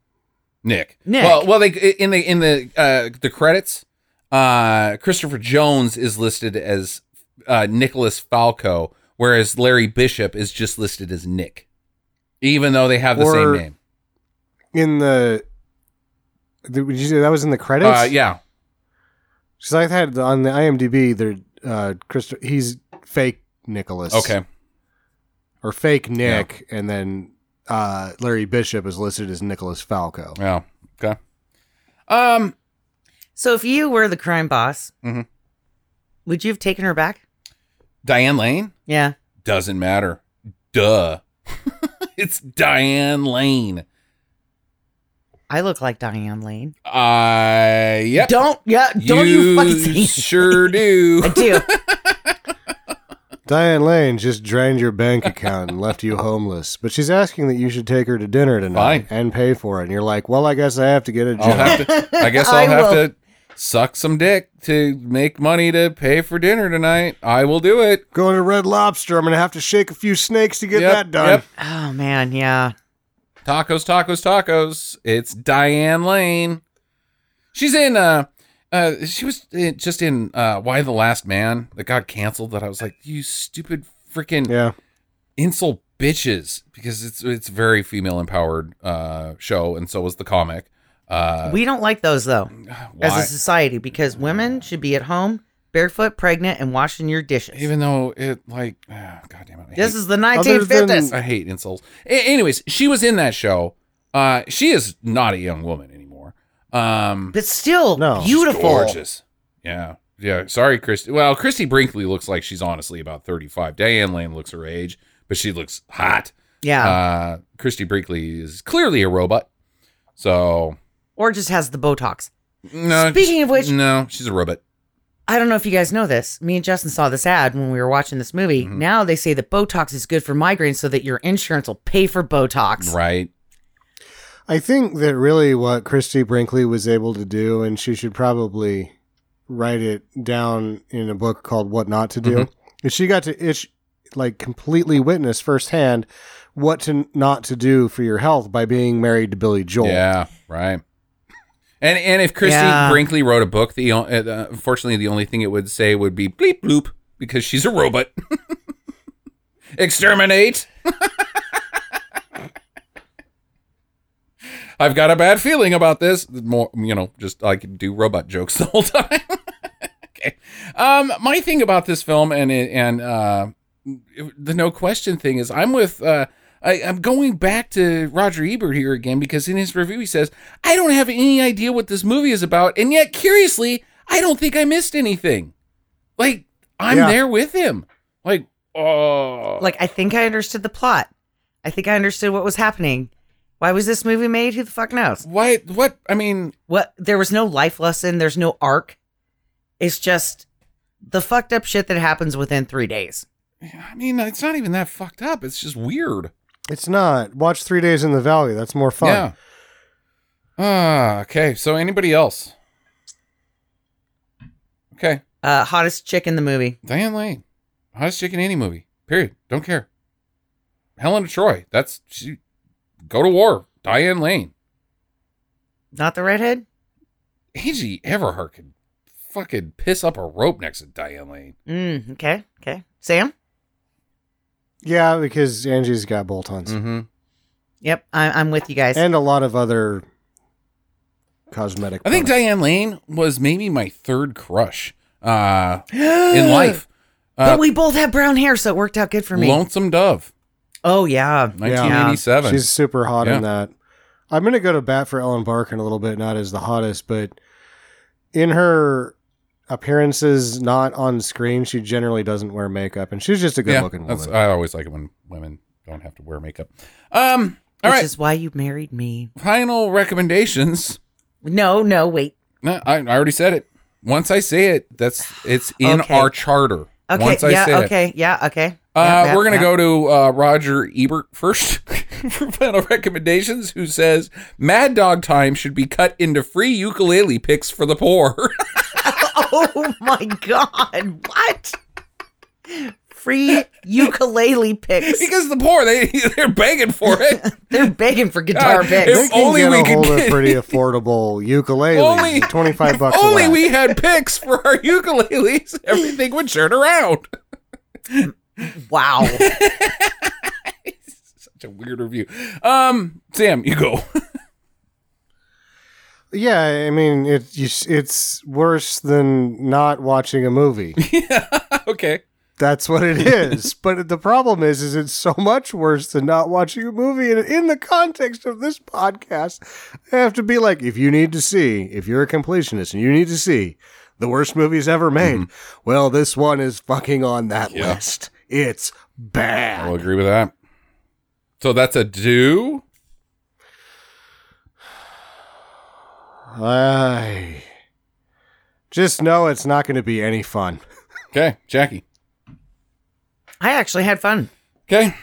S3: Nick.
S2: Nick.
S3: Well, well, they in the in the uh, the credits, uh, Christopher Jones is listed as uh, Nicholas Falco, whereas Larry Bishop is just listed as Nick, even though they have the same
S1: Or
S3: name.
S1: in the, the did you say that was in the credits?
S3: Uh, yeah,
S1: Because I had the- on the IMDb, there, uh, Christo- he's fake Nicholas.
S3: okay,
S1: Or fake Nick, and then uh, Larry Bishop is listed as Nicholas Falco.
S3: yeah, okay. Um,
S2: So if you were the crime boss,
S3: Mhm.
S2: would you have taken her back?
S3: Diane Lane
S2: Yeah.
S3: doesn't matter. Duh, it's Diane Lane.
S2: I look like Diane Lane.
S3: Uh, yep.
S2: Don't yeah, don't you, fucking see me.
S3: sure do.
S2: I do.
S1: Diane Lane just drained your bank account and left you homeless, but she's asking that you should take her to dinner tonight
S3: Fine.
S1: and pay for it. And you're like, well, I guess I have to get a
S3: I'll
S1: job.
S3: have to. I guess I'll
S2: I
S3: have
S2: will.
S3: to suck some dick to make money to pay for dinner tonight. I will do it.
S1: Going to Red Lobster. I'm going to have to shake a few snakes to get
S3: Yep,
S1: that done.
S3: yep.
S2: Oh man, yeah.
S3: Tacos, tacos, tacos. It's Diane Lane. She's in. uh uh, she was in, just in uh, Why the Last Man that got canceled. That I was like, you stupid freaking
S1: Yeah.
S3: insult bitches, because it's it's very female empowered uh, show, and so was the comic. Uh,
S2: we don't like those though as
S3: why?
S2: a society because women should be at home, barefoot, pregnant, and washing your dishes.
S3: even though it like, ah, god damn it, I hate-
S2: this is the
S1: Other than-
S2: 1950s.
S3: I hate insults. A- anyways, she was in that show. Uh, she is not a young woman anymore. Um,
S2: But still
S1: No. She's
S2: beautiful.
S3: gorgeous. Yeah. Yeah. Sorry, Christy. Well, Christy Brinkley looks like she's honestly about 35. Diane Lane looks her age, but she looks hot.
S2: Yeah.
S3: Uh, Christy Brinkley is clearly a robot. So,
S2: or just has the Botox.
S3: no.
S2: Speaking of which-
S3: no, she's a robot.
S2: I don't know if you guys know this. Me and Justin saw this ad when we were watching this movie.
S3: Mhm.
S2: Now they say that Botox is good for migraines so that your insurance will pay for Botox.
S3: Right.
S1: I think that really what Christy Brinkley was able to do, and she should probably write it down in a book called "What Not to Do,"
S3: Mm-hmm.
S1: is she got to ish like completely witness firsthand what to not to do for your health by being married to Billy Joel.
S3: Yeah, right. And and if Christy
S2: Yeah.
S3: Brinkley wrote a book, the o- uh, unfortunately the only thing it would say would be bleep bloop because she's a robot. Exterminate. I've got a bad feeling about this. More, you know, just I could do robot jokes the whole time. okay. Um, my thing about this film and it- and uh, the no question thing is I'm with uh, I, I'm going back to Roger Ebert here again because in his review he says I don't have any idea what this movie is about, and yet curiously I don't think I missed anything. Like I'm
S1: Yeah.
S3: there with him. Like oh
S2: Like, I think I understood the plot. I think I understood what was happening. Why was this movie made? Who the fuck knows?
S3: why what I mean
S2: What? There was no life lesson. There's no arc. It's just the fucked up shit that happens within three days.
S3: I mean it's not even that fucked up. It's just weird.
S1: It's not. Watch Three Days in the Valley. That's more fun.
S3: Yeah. Ah, okay. So anybody else? Okay.
S2: Uh, hottest chick in the movie.
S3: Diane Lane, hottest chick in any movie. Period. Don't care. Helena Troy. That's she. Go to war. Diane Lane.
S2: Not the redhead?
S3: Angie Everhart can fucking piss up a rope next to Diane Lane.
S2: Mm, okay. Okay. Sam?
S1: Yeah, because Angie's got bolt-ons
S3: Mm-hmm.
S2: Yep. I- I'm with you guys.
S1: and a lot of other cosmetic.
S3: I think
S1: products.
S3: Diane Lane was maybe my third crush uh, in life. Uh,
S2: but we both have brown hair, so it worked out good for me.
S3: Lonesome Dove,
S2: oh yeah,
S1: Yeah,
S3: 1987.
S1: she's super hot
S3: Yeah.
S1: in that. I'm gonna go to bat for Ellen Barkin a little bit, not as the hottest, but in her appearances, not on screen, she generally doesn't wear makeup, and she's just a good-looking
S3: that's-
S1: woman.
S3: I always like it when women don't have to wear makeup. Um, all
S2: which
S3: right.
S2: is why you married me.
S3: Final recommendations.
S2: No, no, wait.
S3: No, I, I already said it. Once I say it, that's it's in
S2: Okay.
S3: our charter.
S2: Okay,
S3: Once I
S2: yeah,
S3: say it.
S2: okay, yeah, okay.
S3: Uh,
S2: Yeah, yeah,
S3: we're gonna
S2: yeah.
S3: go to uh, Roger Ebert first for final recommendations. Who says Mad Dog Time should be cut into free ukulele picks for the poor?
S2: Oh my god, what? Free ukulele picks.
S3: because the poor they they're begging for it.
S2: They're begging for guitar
S3: God,
S2: picks.
S1: They
S3: if-
S1: can
S3: only
S1: get
S3: we
S1: a
S3: could
S1: hold of
S3: get-
S1: pretty affordable ukulele,
S3: Only-
S1: twenty-five bucks. a
S3: Only
S1: whack.
S3: we had picks for our ukuleles, everything would turn around.
S2: wow.
S3: Such a weird review. Um, Sam, you go.
S1: Yeah, I mean it. You, s- it's worse than not watching a movie.
S3: okay.
S1: That's what it is. but the problem is, is it's so much worse than not watching a movie. And in the context of this podcast, I have to be like, if you need to see, if you're a completionist and you need to see the worst movies ever made, well, this one is fucking on that
S3: Yeah.
S1: list. It's
S3: I'll
S1: bad.
S3: agree with that. So that's a do.
S1: I just know it's not going to be any fun.
S3: Okay, Jackie.
S2: I actually had fun.
S3: Okay.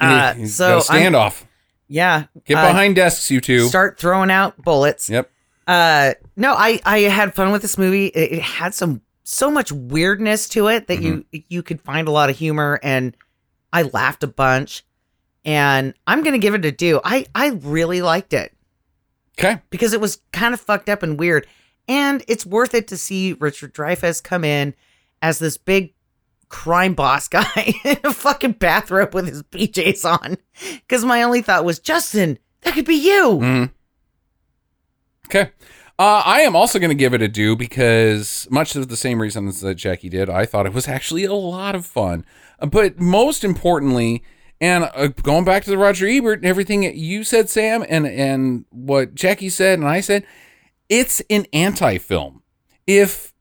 S2: Uh,
S3: He's
S2: so
S3: got a standoff.
S2: Yeah.
S3: Get
S2: uh,
S3: behind desks, you two.
S2: Start throwing out bullets.
S3: yep.
S2: uh no i i had fun with this movie it, it had some so much weirdness to it that
S3: Mm-hmm.
S2: you you could find a lot of humor and i laughed a bunch and i'm gonna give it a do i i really liked it
S3: Okay.
S2: because it was kind of fucked up and weird and it's worth it to see richard dreyfuss come in as this big crime boss guy in a fucking bathrobe with his pjs on because my only thought was justin that could be you
S3: Mhm. Okay. Uh, I am also going to give it a do because much of the same reasons that Jackie did, I thought it was actually a lot of fun. Uh, But most importantly, and uh, going back to the Roger Ebert and everything that you said, Sam, and and what Jackie said and I said, it's an anti-film. If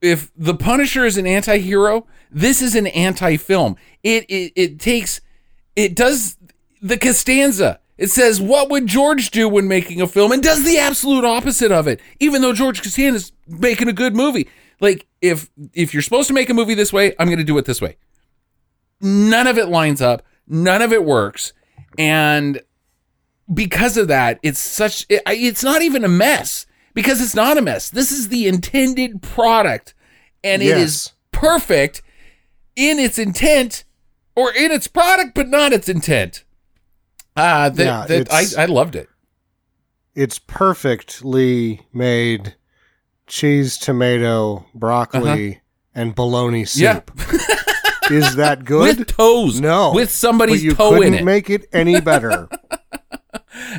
S3: if the Punisher is an anti-hero, this is an anti-film. It it, it takes it does the Costanza. It says, "What would George do when making a film?" and does the absolute opposite of it. Even though George Costanza's making a good movie, like if if you're supposed to make a movie this way, I'm going to do it this way. None of it lines up. None of it works, and because of that, it's such it, I- it's not even a mess because it's not a mess. This is the intended product, and it
S1: Yes.
S3: is perfect in its intent or in its product, but not its intent. Uh, that,
S1: Yeah,
S3: that I,
S1: it's-
S3: I loved it.
S1: It's perfectly made cheese, tomato,
S3: Uh-huh.
S1: broccoli, and bologna soup. is that good?
S3: With toes,
S1: No,
S3: with
S1: but
S3: somebody's
S1: you
S3: toe
S1: couldn't
S3: in it.
S1: make it any better.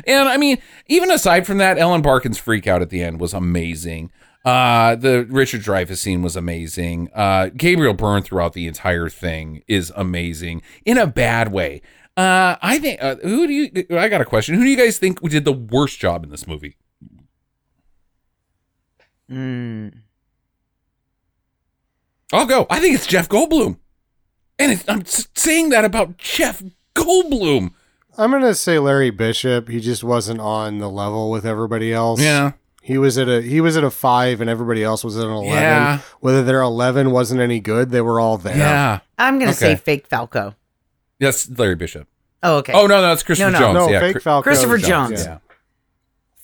S3: And I mean, even aside from that, Ellen Barkin's freak out at the end was amazing. Uh, the Richard Dreyfuss scene was amazing. Uh, Gabriel Byrne throughout the entire thing is amazing in a bad way. Uh, I think. Uh, who do you? I got a question. Who do you guys think we did the worst job in this movie?
S2: Mm.
S3: I'll go. I think it's Jeff Goldblum, and it's, I'm s- saying that about Jeff Goldblum.
S1: I'm gonna say Larry Bishop. He just wasn't on the level with everybody else.
S3: Yeah,
S1: he was at a he was at a five, and everybody else was at an eleven.
S3: Yeah.
S1: Whether their eleven wasn't any good, they were all there.
S3: yeah.
S2: I'm gonna say
S3: Okay.
S2: fake Falco.
S3: Yes, Larry Bishop.
S2: Oh, okay.
S3: Oh no, no, it's Christopher
S2: No, no.
S3: Jones.
S1: No,
S3: yeah,
S1: fake
S3: Chris-
S1: Falco.
S2: Christopher Jones.
S1: Yeah.
S3: Yeah.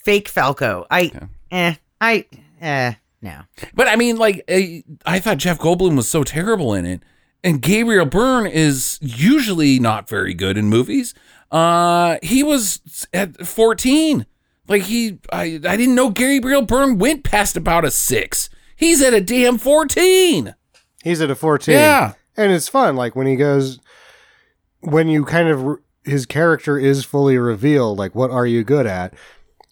S2: Fake Falco. I,
S3: Yeah.
S2: eh, I, eh, no.
S3: But I mean, like, I, I thought Jeff Goldblum was so terrible in it, and Gabriel Byrne is usually not very good in movies. Uh, he was at fourteen. Like he, I, I didn't know Gabriel Byrne went past about a six. He's at a damn fourteen.
S1: He's at a fourteen.
S3: Yeah.
S1: and it's fun. Like when he goes, when you kind of re- his character is fully revealed. Like, what are you good at?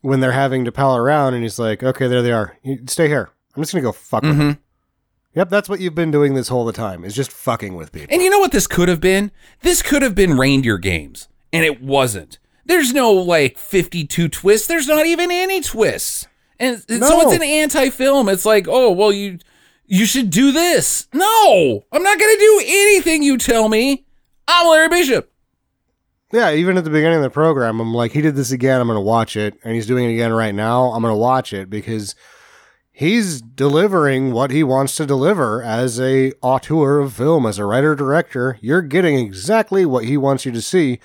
S1: When they're having to pal around, and he's like, "Okay, there they are. You, stay here. I'm just gonna go fuck
S3: Mm-hmm.
S1: with them." Yep, that's what you've been doing this whole the time is just fucking with people.
S3: And you know what this could have been? This could have been reindeer games, and it wasn't. There's no like 52 twists. There's not even any twists. And, and so
S1: No.
S3: it's an anti-film. It's like, "Oh, well you you should do this." No. I'm not going to do anything you tell me. I'm Larry Bishop.
S1: Yeah, even at the beginning of the program, I'm like, he did this again. I'm going to watch it. And he's doing it again right now. I'm going to watch it because he's delivering what he wants to deliver as a auteur of film, as a writer director. You're getting exactly what he wants you to see.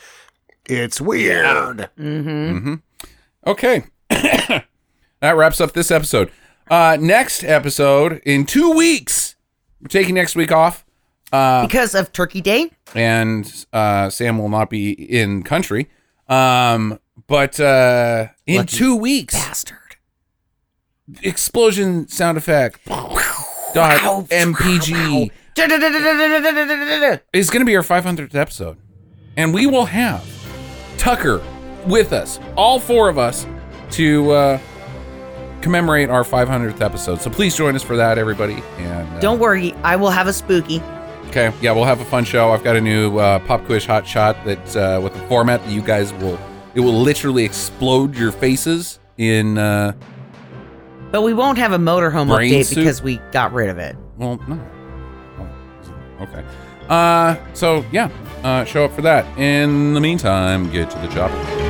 S1: It's weird.
S2: Mm-hmm.
S3: Okay. that wraps up this episode. Uh next episode in 2 weeks. We're taking next week off. Uh
S2: Because of Turkey Day.
S3: and uh, Sam will not be in country. Um, but uh, in
S2: Lucky
S3: two weeks,
S2: Bastard.
S3: explosion sound effect dot mpg is going to be our 500th episode, and we will have Tucker with us, all four of us, to uh, commemorate our 500th episode. So please join us for that, everybody. And uh,
S2: Don't worry, I will have a spooky.
S3: Okay, yeah, we'll have a fun show. I've got a new uh, pop quiz hot shot that uh, with the format that you guys will it will literally explode your faces in. Uh,
S2: But we won't have a motorhome
S3: Brain
S2: update
S3: soup?
S2: because we got rid of it.
S3: well, no. Oh, okay. Uh, so yeah, uh, show up for that. In the meantime, get to the chopper.